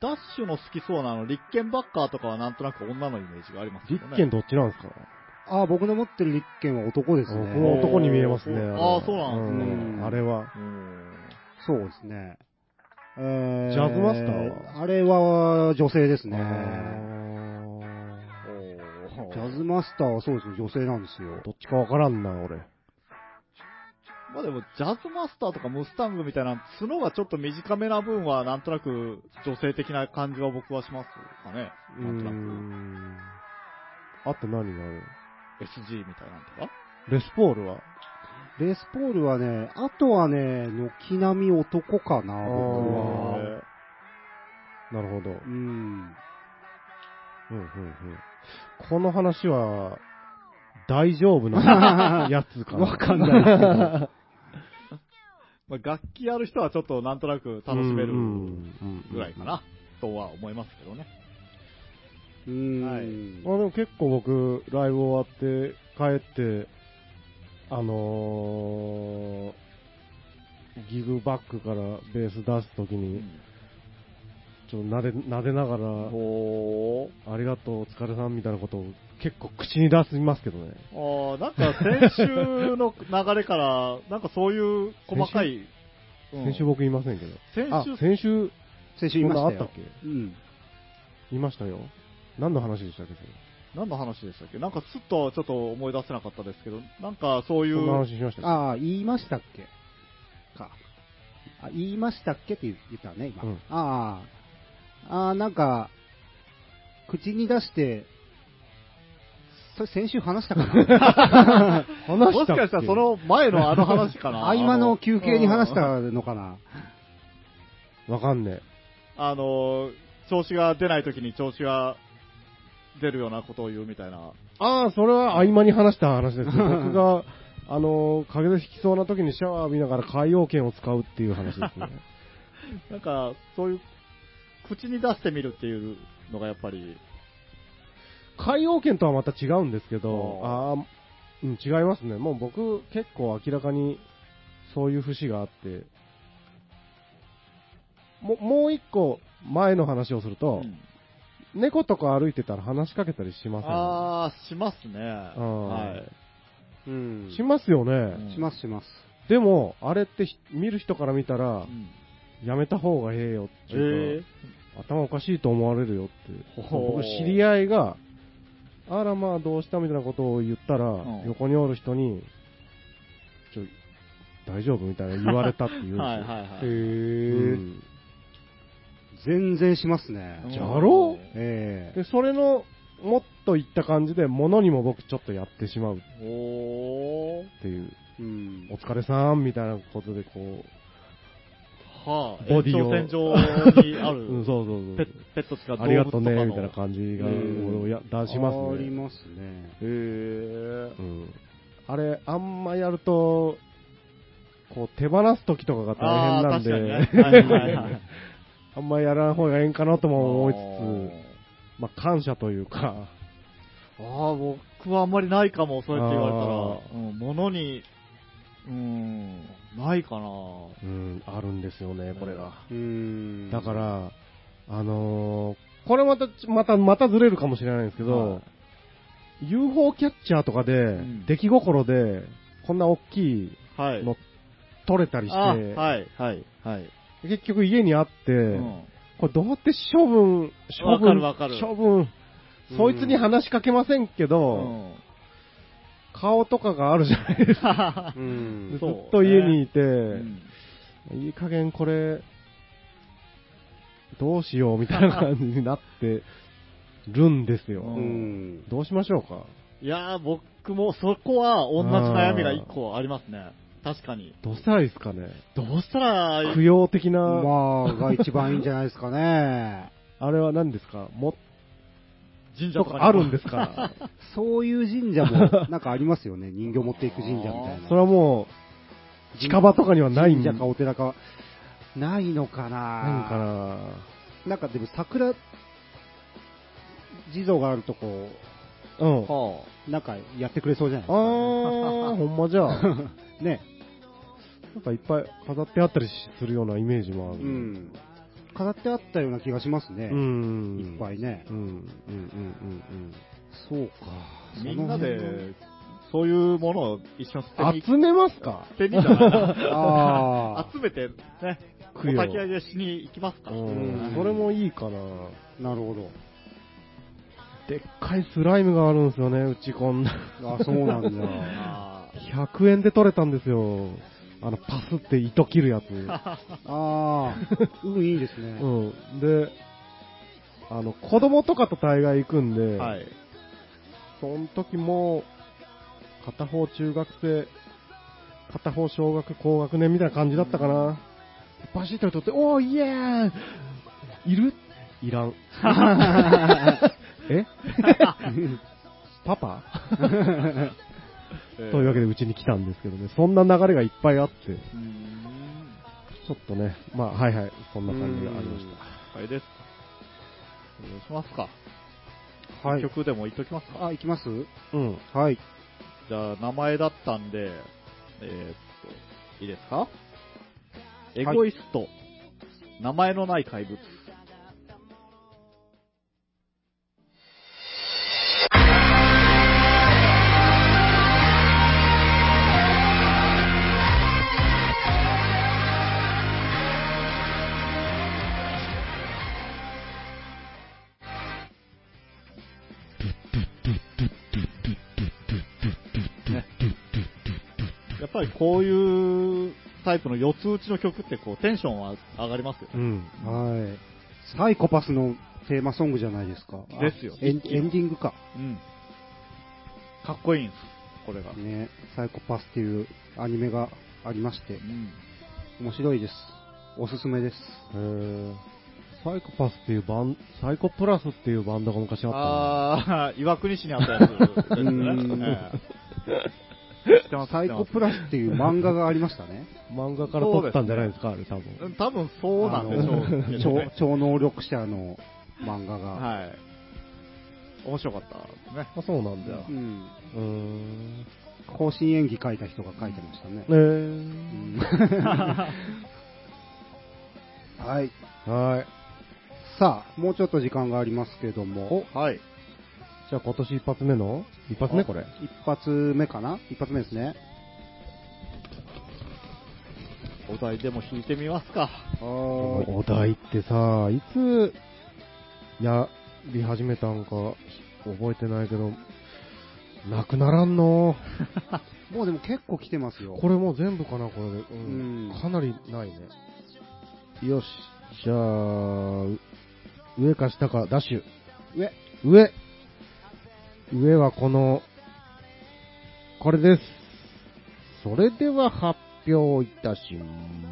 Speaker 2: ダッシュの好きそうなの、立憲バッカーとかはなんとなく女のイメージがありますよ
Speaker 3: 立
Speaker 2: ね。
Speaker 3: 憲どっちなんですか、
Speaker 1: ああ、僕の持ってる立憲は男です
Speaker 3: この
Speaker 1: ね。
Speaker 3: 男に見えますね。
Speaker 2: おー
Speaker 3: れ
Speaker 2: あーそうなん
Speaker 1: ですね
Speaker 3: うあれは。
Speaker 2: うん
Speaker 1: そうですね。えー
Speaker 3: ジャズマスターは
Speaker 1: あれは女性ですね。
Speaker 3: あ
Speaker 2: おー
Speaker 1: ジャズマスターはそうですね、女性なんです
Speaker 3: ー
Speaker 1: よ。
Speaker 3: どっちかわからんな、俺。
Speaker 2: まあでも、ジャズマスターとかムスタングみたいな、角がちょっと短めな分は、なんとなく女性的な感じは僕はしますかね。
Speaker 3: うー
Speaker 2: なんとなく。
Speaker 3: ん。あと何がある
Speaker 2: SG みたいなのとか。
Speaker 3: レスポールは
Speaker 1: レスポールはね、あとはね、軒並み男かな、僕
Speaker 3: あ
Speaker 1: は。
Speaker 3: ーなるほど。
Speaker 1: うん。
Speaker 3: うんうんうん。この話は、大丈夫なやつかな。
Speaker 1: わかんないですけど。
Speaker 2: まあ、楽器やる人はちょっとなんとなく楽しめるぐらいか
Speaker 3: あ
Speaker 2: な、とは思いますけどね。
Speaker 1: うーん
Speaker 2: はい
Speaker 3: でも結構僕、ライブ終わって、帰って、あのー、ギグバックからベース出すときに、ちょっとなで、なでながら、
Speaker 2: ほ
Speaker 3: ありがとう、お疲れさんみたいなことを結構口に出しますけどね。
Speaker 2: ー。あーなんか先週の流れから、なんかそういう細かい、うん
Speaker 3: 先週僕言いませんけど。
Speaker 2: 先
Speaker 3: あ
Speaker 2: 週、
Speaker 3: 先週、
Speaker 1: 先週
Speaker 3: そ
Speaker 1: 言い
Speaker 3: ん
Speaker 1: ま
Speaker 3: な
Speaker 1: し
Speaker 3: あ
Speaker 1: た
Speaker 3: ったっ
Speaker 1: よ。
Speaker 3: け
Speaker 1: うん。
Speaker 3: いましたよ。何の話でしたっけ、
Speaker 2: 何の話でしたっけなんかすっとちょっと思い出せなかったですけど、なんかそうい
Speaker 3: そん
Speaker 2: う
Speaker 3: な、話しましたよ。
Speaker 1: ああ、言いましたっけか。あ、言いましたっけって言ったね、今。
Speaker 3: うん
Speaker 1: ああ。ああ、なんか、口に出して、それ先週話したか な
Speaker 3: 話
Speaker 2: もしかしたらそ、の前のあの話か な
Speaker 1: 合間の休憩に話し。たのかな
Speaker 3: わかんねえ。
Speaker 2: あの、調子が出ない時に調子が出るようなことを言うみたいな。
Speaker 3: ああ、それは合間に話した話です。僕が、あのー、風邪ひきそうな時にシャワー浴びながら海洋圏を使うっていう話ですね。
Speaker 2: なんか、そういう、口に出してみるっていうのがやっぱり、
Speaker 3: 海洋圏とはまた違うんですけど、
Speaker 2: あ
Speaker 3: ああー、うん、違いますね。もう僕、結構明らかに、そういう節があって、ももう一個前の話をすると、
Speaker 2: うん
Speaker 3: 猫とか歩いてたら話しかけたりしません、
Speaker 2: あー、しますね。は
Speaker 1: うん
Speaker 3: しますよね。
Speaker 2: ん
Speaker 1: しますします。
Speaker 3: でも、あれってひ見る人から見たら
Speaker 2: い。う、ん
Speaker 3: やめた方がええよっていうか、頭おかしいと思われるよって、
Speaker 2: ほう
Speaker 3: 僕、知り合いが、あらまあどうしたみたいなことを言ったら、
Speaker 2: ん
Speaker 3: 横におる人に、ちょ、大丈夫みたいな言われたっていうんです よ。
Speaker 2: はいはいはい。
Speaker 3: うん
Speaker 1: 全然しますね。
Speaker 2: うん
Speaker 3: じゃろ
Speaker 1: ええ
Speaker 3: で、それの、もっといった感じで、物にも僕ちょっとやってしまうっ
Speaker 2: おー。
Speaker 3: ていう、
Speaker 1: うん
Speaker 3: お。疲れさんみたいなことでこ
Speaker 2: はあ、
Speaker 3: ボディを
Speaker 2: 延長線上にあ
Speaker 3: う、
Speaker 2: る。
Speaker 3: うん、そうそうそ
Speaker 2: ペ
Speaker 3: う。
Speaker 2: ペット使う
Speaker 3: ありがとね、みたいな感じが、
Speaker 1: うん
Speaker 3: 俺や出します
Speaker 1: あり
Speaker 3: ね。
Speaker 1: ますね。
Speaker 2: じ。へえ。
Speaker 3: うん。あれ、あんまやると、こう、手放す時とかが大変なんで、
Speaker 2: あー確かにねはいはいはい
Speaker 3: あんまやらん方がええんかなとも思い
Speaker 2: あ
Speaker 3: つつ、まあ、感謝というか、
Speaker 2: ーあー、僕はあんまりないかも、そうやって言われ
Speaker 3: あ
Speaker 2: たら。うん、物に、うん、ないかな。
Speaker 3: うん、あるんですよね、これが。
Speaker 1: うん。
Speaker 3: だか、ら、あのーこれまた、また、またずれるかもしれないんですけど、
Speaker 2: はい
Speaker 3: UFO キャッチャーとかで、
Speaker 2: ん
Speaker 3: 出来心で、こんな大きい
Speaker 2: はい。
Speaker 3: の取れたりして、
Speaker 2: あはい、はい、はい。
Speaker 3: 結局家にあって、
Speaker 2: うん
Speaker 3: これどうやって処分、処分、
Speaker 2: わかるわかる
Speaker 3: 処分、そいつに話しかけませんけ
Speaker 2: う
Speaker 3: ど、
Speaker 2: ん
Speaker 3: 顔とかがあるじゃないですか。
Speaker 1: う
Speaker 3: ず
Speaker 1: ん
Speaker 3: っ。
Speaker 2: そうね
Speaker 3: と家にい て、
Speaker 2: うん
Speaker 3: いい加減これ、どうしようみたいな感じになってるんですよ。
Speaker 2: うん
Speaker 1: うん。
Speaker 3: どうしましょうか
Speaker 2: いやー、僕もそこは同じ悩みが一個ありますね。確かに。
Speaker 3: どうしたらいいですかね
Speaker 2: どうしたら、
Speaker 3: 供養的な、
Speaker 1: まあ、が一番いいんじゃないですかね。
Speaker 3: あれは何ですかも
Speaker 2: 神社
Speaker 3: と
Speaker 2: とかに
Speaker 3: かあるんですか
Speaker 1: そういう神社 も、なんかありますよね。人形持っていく神社みたいな。
Speaker 3: それはもう、近場とかにはないん
Speaker 1: 神社かお寺か、ないのかな
Speaker 3: ないんか
Speaker 1: な
Speaker 3: な
Speaker 1: なんかでも桜、地蔵があるとこ、
Speaker 3: うん。
Speaker 2: は
Speaker 1: なんかやってくれそうじゃない
Speaker 3: あー、ほ んまじゃあ。な
Speaker 1: ですか。 ね。
Speaker 3: んかいっぱい飾ってあったりするようなイメージもあ
Speaker 1: う
Speaker 3: る。
Speaker 1: ん。飾ってあったような気がしますね。
Speaker 3: うん。
Speaker 1: いっぱ
Speaker 3: い。
Speaker 1: いね
Speaker 3: う。ん、うん、うん、うん、
Speaker 1: そうか。
Speaker 2: あみんなで、そういうものを一緒に捨て
Speaker 3: うん。
Speaker 2: に
Speaker 3: 集めますか
Speaker 2: 捨てにじゃな い
Speaker 1: その辺
Speaker 2: な
Speaker 1: の、あ
Speaker 2: 集めて、ね、お
Speaker 3: 供養
Speaker 2: 焚き上げしに行きますか。
Speaker 3: う
Speaker 2: うん
Speaker 1: うん。
Speaker 3: それもいいかな。
Speaker 1: あ、なるほど。
Speaker 3: でっかいスライムがあるんですよね、うちこんな。
Speaker 1: あ、そうなん だ。
Speaker 2: あ
Speaker 3: 100円で取れたんですよ。あの、パスって糸切る やつ。
Speaker 1: ああ、運いいですね。
Speaker 3: うん。で、あの、子供とかと大概行くんで、
Speaker 2: ーはい。
Speaker 3: その時も、片方中学生、片方小学、高学年みたいな感じだったかな。バシッと取って、おー、イエーイいるいらん。 え パパ
Speaker 2: と
Speaker 3: というわけでうちに来たんですけどね、そんな流れがいっぱいあって、ちょっとね、まあ、はいはい、そんな感じがありまし
Speaker 2: あれですか。どうしますか。
Speaker 1: はい。
Speaker 2: 曲でも言っときますか。
Speaker 1: あ、行きます
Speaker 3: た。うん。
Speaker 1: はい。
Speaker 2: じゃあ、名前だったんで、えーっと、いいですかエゴイスト、名前のない怪物。
Speaker 4: 「
Speaker 2: ぱりこういうタイプの四つ打ちの曲ってこうテンションは上がりますよ
Speaker 3: う
Speaker 2: ね。
Speaker 3: ん。
Speaker 1: はい。サイコパスのテーマソングじゃないですか。
Speaker 2: ですよ
Speaker 1: あエンエンディングか。
Speaker 2: うん。かっこいいんです、これが。う
Speaker 1: ね、サイコパスっていうアニメがありまして、
Speaker 2: ん。
Speaker 1: 面白いです。おすすめです。
Speaker 3: へーサイコパスっていうバン、サイコプラスっていうバンドが昔あったな
Speaker 2: あー、岩国市にあったやつです
Speaker 1: う
Speaker 2: ね
Speaker 1: ん。
Speaker 2: ええ知ってます
Speaker 1: サイコプラスっていう漫画がありましたね。
Speaker 3: 漫画から撮ったんじゃないですか、あれ多分。
Speaker 2: うん多分そうなんでしょうけ
Speaker 1: あの
Speaker 2: ど
Speaker 1: 超
Speaker 2: ね。
Speaker 1: 超能力者の漫画が。
Speaker 2: はい。面白かったですね。
Speaker 3: あ、そうなんだ。
Speaker 2: う
Speaker 3: う
Speaker 1: うん。
Speaker 3: ーん。
Speaker 1: 更新演技書いた人が書いてましたね
Speaker 3: え。
Speaker 1: う
Speaker 3: ー。
Speaker 1: んはい。
Speaker 3: はい。
Speaker 1: さあ、もうちょっと時間がありますけども。
Speaker 2: はい。
Speaker 3: じゃあ今年一発目の一発目これ。
Speaker 1: 一発目かな一発目ですね。
Speaker 2: お題でも弾いてみますか。
Speaker 1: は
Speaker 3: お題ってさ、いつやり始めたんか覚えてないけど、なくならんの。
Speaker 1: い。もうでも結構来てますよ。
Speaker 3: これもう全部かな、これで。うん
Speaker 1: うん
Speaker 3: かなりないね。よし。じゃあ、う上か下か、ダッシュ。
Speaker 1: 上。
Speaker 3: 上。上はこの、これです。それでは発表いたし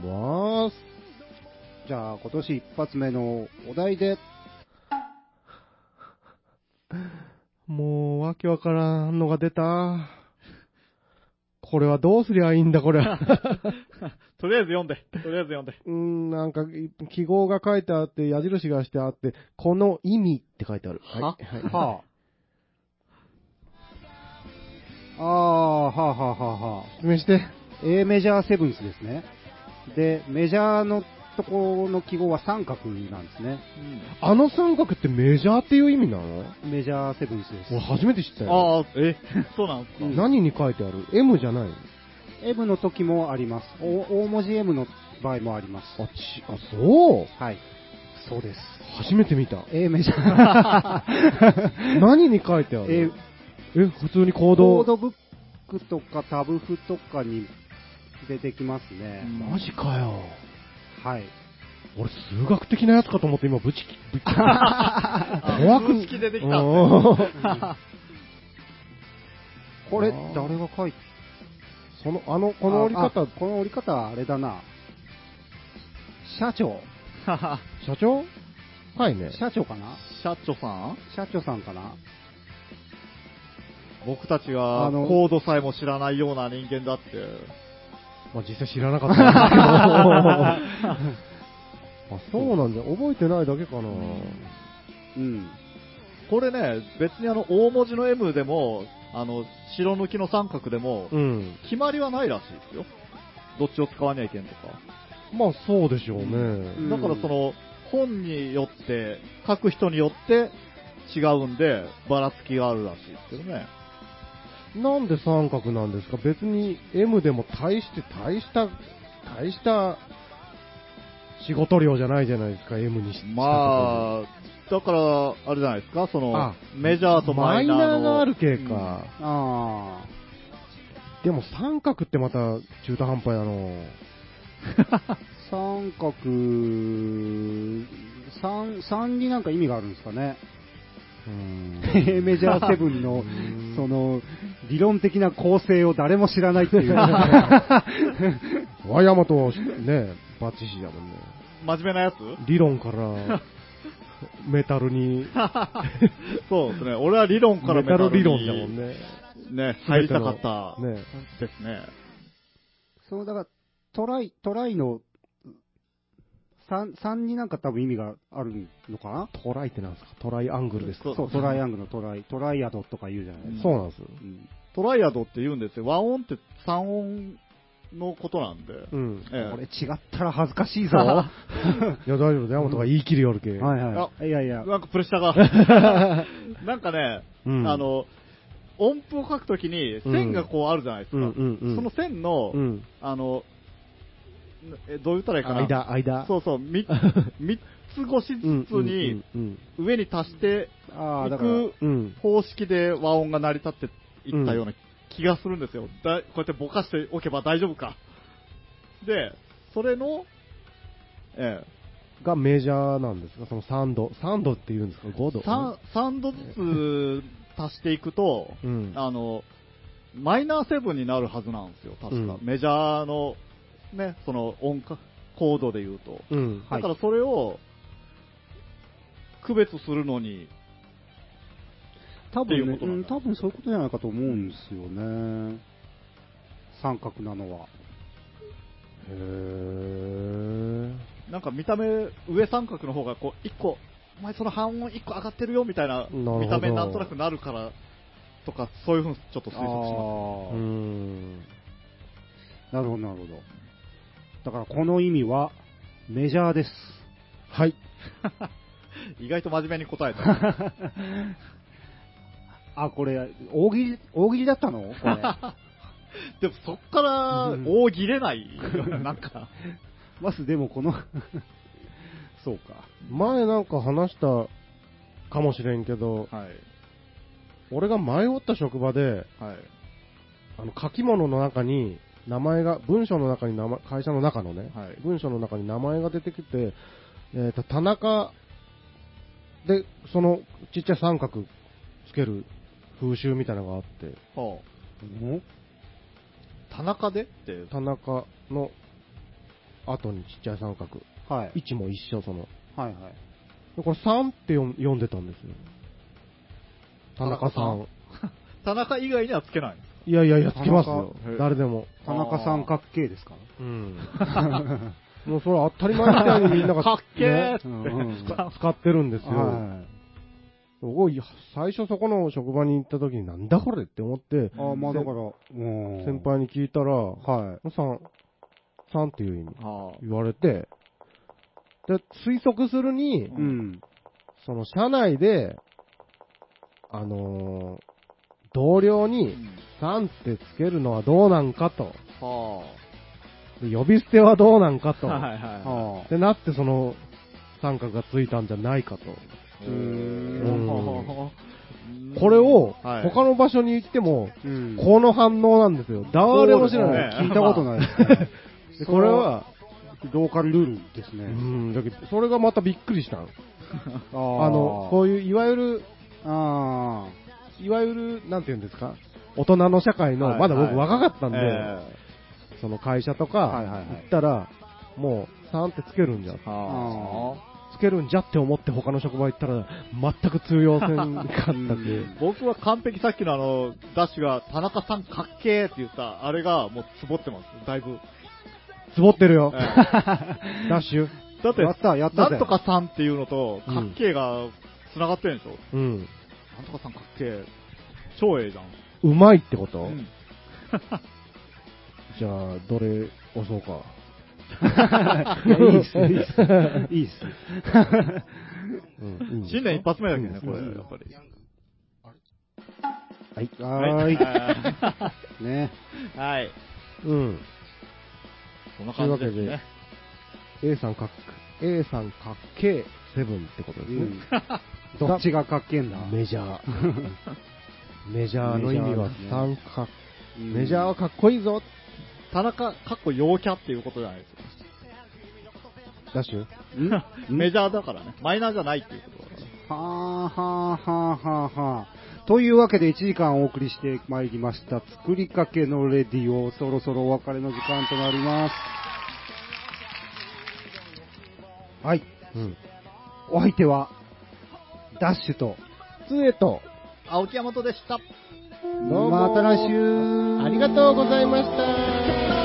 Speaker 3: ます。
Speaker 1: じゃあ、今年一発目のお題で、
Speaker 3: もう、わけわからんのが出た。これはどうすりゃいいんだ、これは。
Speaker 2: とりあえず読んで。とりあえず読んで。
Speaker 3: うーん、なんか、い記号が書いてあって、矢印がしてあって、この意味って書いてある。はい。
Speaker 2: は
Speaker 3: はい
Speaker 1: はあ。ああ、はあはあはあはあ。
Speaker 3: 説明して。
Speaker 1: A メジャーセブンスですね。で、メジャーのとこの記号は三角なんですね。
Speaker 3: あの三角ってメジャーっていう意味なの
Speaker 1: メジャーセブンスです
Speaker 3: 俺。初めて知ったよ。
Speaker 2: ああ、え、そうなんですか。
Speaker 3: 何に書いてある ?M じゃないの
Speaker 1: M の時もあります。お大文字 M の場合もあります。
Speaker 3: あ、ち、あ、そう
Speaker 1: はい。そうです。
Speaker 3: 初めて見た。
Speaker 1: A メジャー。
Speaker 3: 何に書いてある
Speaker 1: A
Speaker 3: え、普通に行
Speaker 1: コ
Speaker 3: 動。
Speaker 1: ードブックとかタブフとかに出てきますね。
Speaker 3: マジかよ。
Speaker 1: はい。
Speaker 3: 俺、数学的なやつかと思って今、ぶち、ぶち、
Speaker 2: あ
Speaker 3: 怖く
Speaker 2: 数式出てきたん
Speaker 3: うん
Speaker 1: これ
Speaker 3: あー、
Speaker 1: 誰が書いて
Speaker 3: その、あの、この折り
Speaker 1: あ
Speaker 3: 方
Speaker 1: あ、この折り方はあれだな。社長。
Speaker 2: です
Speaker 3: 社長はいね。
Speaker 1: 社長かな
Speaker 2: ね。社長さん
Speaker 1: 社長さんかな
Speaker 2: 僕たちが
Speaker 1: あの
Speaker 2: コードさえも知らないような人間だって。
Speaker 3: まあ、実際知ら な かったんですけど。あ、そうなんじゃ。覚えてないだけかな。
Speaker 1: うん。
Speaker 2: これね、別にあの、大文字の M でも、あの、白抜きの三角でも、
Speaker 3: うん。
Speaker 2: 決まりはないらしいですよ。どっちを使わにゃいけんとか。
Speaker 3: まあ、そうでしょうね。
Speaker 1: ん
Speaker 2: だからその、本によって、書く人によって違うんで、ばらつきがあるらしいですけどね。
Speaker 3: なんで三角なんですか別に M でも大して、大した、大した仕事量じゃないじゃないですか、M にしたあ、
Speaker 2: まあ、だから、あれじゃないですか、その
Speaker 3: あ、
Speaker 2: メジャーとマ
Speaker 3: マ
Speaker 2: イ
Speaker 3: イ
Speaker 2: ナーの。
Speaker 3: ナーがある系か。
Speaker 1: ああ。
Speaker 3: でも三角ってまた中途半端や の。
Speaker 1: 三角、三、三になんか意味があるんですかね。
Speaker 3: うー ん
Speaker 1: メジャーセブンの
Speaker 3: うん、
Speaker 1: その、理論的な構成を誰も知らないっていう。
Speaker 3: ワイヤマト、ね、バッチシだもんね。
Speaker 2: 真面目なやつ
Speaker 3: 理論 から、メタルに、
Speaker 2: そうですね。俺は理論から
Speaker 3: メ
Speaker 2: メ
Speaker 3: タ
Speaker 2: タル
Speaker 3: ル
Speaker 2: に
Speaker 3: 理論だもん。ね。
Speaker 2: ね、入りたかった
Speaker 3: ね。
Speaker 2: ですね。
Speaker 1: そう、だから、トライ、トライの、三、三になんか多分意味があるのかな
Speaker 3: トライってなんですかトライアングルですか
Speaker 2: そう
Speaker 1: そう、トライアングルのトライ、トライアドとか言うじゃないですか。
Speaker 3: そうなんです。
Speaker 1: うん
Speaker 2: トライアドって言うんですよ。和音って三音のことなんで。
Speaker 3: うん。
Speaker 2: ええ
Speaker 1: これ違ったら恥ずかしい ぞ。はい
Speaker 3: や、大丈夫だよ、山本が言い切りよるけ。
Speaker 1: はい。いやいや。
Speaker 2: なんかプレッシャーが。なんかね、
Speaker 3: うん
Speaker 2: あの、音符を書くときに線がこうあるじゃないですか。
Speaker 3: うんうんうん
Speaker 2: その線の、
Speaker 3: うん。
Speaker 2: あの、えどう言ったらいいかな。
Speaker 3: 間、間。
Speaker 2: そうそう、 み三つ越し
Speaker 3: うん
Speaker 2: ずつに、
Speaker 3: うんうん
Speaker 2: 上に足して
Speaker 1: ああ、
Speaker 2: い
Speaker 1: だから、
Speaker 2: く
Speaker 3: うん。
Speaker 2: 方式で和音が成り立っていったような気がするんですよ。だこうやってぼかしておけば大丈夫か。で、それの、え
Speaker 3: がメジャーなんですかその3度。3度って言うんですか ?5
Speaker 2: え、
Speaker 3: 度。
Speaker 2: 3, 度ずつ足していくと、
Speaker 3: うん
Speaker 2: あの、マイナーセブンになるはずなんですよ、確か。
Speaker 3: うん
Speaker 2: メジャーの、ね、その音か、コードで言うと。
Speaker 3: うん。
Speaker 1: はい
Speaker 2: だからそれを、区別するのに、
Speaker 1: 多
Speaker 2: ってい
Speaker 1: 分、
Speaker 2: う
Speaker 1: ね
Speaker 2: こと
Speaker 1: う
Speaker 2: なん
Speaker 1: ん、
Speaker 2: だ
Speaker 1: 多分そういうことじゃないかと思うんですよね。三角なのは。
Speaker 3: へー
Speaker 2: なんか見た目、上三角の方がこう、一個、お前その半音一個上がってるよみたいな
Speaker 3: るほど
Speaker 2: 見た目なんとなくなるからとか、そういうふうにちょっと推測しま
Speaker 3: うーん。
Speaker 1: なるほど、なるほど。だからこの意味は、メジャーです。
Speaker 3: はい。
Speaker 2: す。意外と真面目に答えた。
Speaker 1: あ、これ、大喜利、大喜利だったのこれ。
Speaker 2: でもそっから
Speaker 3: うん
Speaker 2: 大切れない、なん か、
Speaker 1: まずでもこの、 そうか。
Speaker 3: 前なんか話したかもしれんけど、
Speaker 2: はい、
Speaker 3: 俺が迷った職場で、
Speaker 2: はい、
Speaker 3: あの書き物の中に名前が、文章の中に名前、会社の中のね、
Speaker 2: はい
Speaker 3: 文章の中に名前が出てきて、えっ、と、田中で、そのちっちゃい三角つける風習みたいなのがあって、
Speaker 2: は
Speaker 1: お
Speaker 2: あ田中でって、
Speaker 3: 田中の後にちっちゃい三角、
Speaker 1: はい。
Speaker 3: 位置も一緒、その。
Speaker 1: はいはい。
Speaker 3: でこれ3って読ん読んでたんですよ。田中さん。
Speaker 2: 田中以外にはつけない。
Speaker 3: いやいやいや、つきますよ
Speaker 2: 田中。
Speaker 3: 誰でも。
Speaker 1: 田中三角形ですか
Speaker 3: うん。 もうそれは当たり前みたいにみんなが、
Speaker 2: かっけー
Speaker 3: ね
Speaker 2: って、
Speaker 1: うんうん うん
Speaker 3: 使使ってるんですよ。
Speaker 1: は
Speaker 3: 僕、いや最初そこの職場に行った時になんだこれって思って
Speaker 1: い。、あまあだから、うん
Speaker 3: 先。輩に聞いたら、
Speaker 1: は
Speaker 3: さん、さんっていう意味
Speaker 2: はあ
Speaker 3: 言われて、で、推測するに
Speaker 1: い。、うん。
Speaker 3: その社内で、あのー同僚
Speaker 2: う
Speaker 3: に
Speaker 2: ん、
Speaker 3: さんってつけるのはどうなんかと、
Speaker 2: は
Speaker 3: で呼び捨てはどうなんか
Speaker 2: あ、
Speaker 3: と、
Speaker 2: はいはいは
Speaker 1: は
Speaker 3: ってなってその三角がついたんじゃないかと。
Speaker 2: い。
Speaker 1: う
Speaker 3: うん
Speaker 2: うん
Speaker 3: これを
Speaker 2: はい
Speaker 3: 他の場所に行っても、
Speaker 1: あ。うん。
Speaker 3: この反応なんですよ。誰も知らない。
Speaker 2: そ
Speaker 1: 聞
Speaker 2: うですね
Speaker 1: いたことないです ね。
Speaker 3: でこれは、
Speaker 1: ローカルルールですね
Speaker 3: う。ん、だけどそれがまたびっくりしたの。
Speaker 1: あ
Speaker 3: あの、そう
Speaker 1: いう。
Speaker 3: いういわゆる、
Speaker 1: あ
Speaker 3: いわゆる、なんて言うんですか大人の社会の、
Speaker 2: はい
Speaker 3: まだ
Speaker 2: はい
Speaker 3: 僕若かったんで、
Speaker 2: え
Speaker 3: その会社とか、
Speaker 1: はいはいはい
Speaker 3: 行ったら、もう、3ってつけるんじゃ、
Speaker 2: えはあ
Speaker 3: つけるんじゃって思って他の職場行ったら、全く通用せんかったんで、
Speaker 1: うん
Speaker 2: 僕は完璧さっきのあの、ダッシュが、田中さんかっけーって言った、あれがもうつぼってます、だい ぶ。
Speaker 3: つぼってるよ
Speaker 2: え、
Speaker 3: ダッシュ。
Speaker 2: えだ って、
Speaker 1: やったやった
Speaker 2: な
Speaker 1: ぜ
Speaker 2: んとかさんっていうのと、
Speaker 3: うん
Speaker 2: かっけーが繋がってるんでしょ、
Speaker 3: うん。
Speaker 2: なんとかさんかっけー。超ええじゃん。
Speaker 3: うまいってこと、
Speaker 2: うん
Speaker 3: じゃあ、どれ押そうか。
Speaker 1: あ。いやいいっす、いいっ す。いいっす。
Speaker 3: うん、
Speaker 2: 新年一発目だけどね、
Speaker 1: う
Speaker 2: こ
Speaker 1: ん
Speaker 2: れ、やっぱり。
Speaker 1: はい。はー。
Speaker 2: はい
Speaker 1: ね。
Speaker 2: い。 はい。
Speaker 3: うん。
Speaker 2: そんな感じですね。
Speaker 3: A さんかっ、A さんかっけセブンってことですね。
Speaker 1: うんどっちがかっけえんだ
Speaker 3: メジャー。 メジャーの意味は三角。
Speaker 1: うん
Speaker 3: メジャーはかっこいいぞ。
Speaker 2: 田中、かっこ陽キャっていうことじゃないですよ。
Speaker 3: ダッシュ
Speaker 1: ん ん
Speaker 2: メジャーだからね。マイナーじゃないっていうことだから。
Speaker 1: はあはあはあはあはあ。というわけで1時間お送りしてまいりました。作りかけのレディオ、そろそろお別れの時間となります。はい。
Speaker 3: うん。
Speaker 1: お相手は、ダッシュと、
Speaker 3: つえと、
Speaker 2: 青木山本でした。
Speaker 3: どうも
Speaker 1: また来週
Speaker 3: ありがとうございました。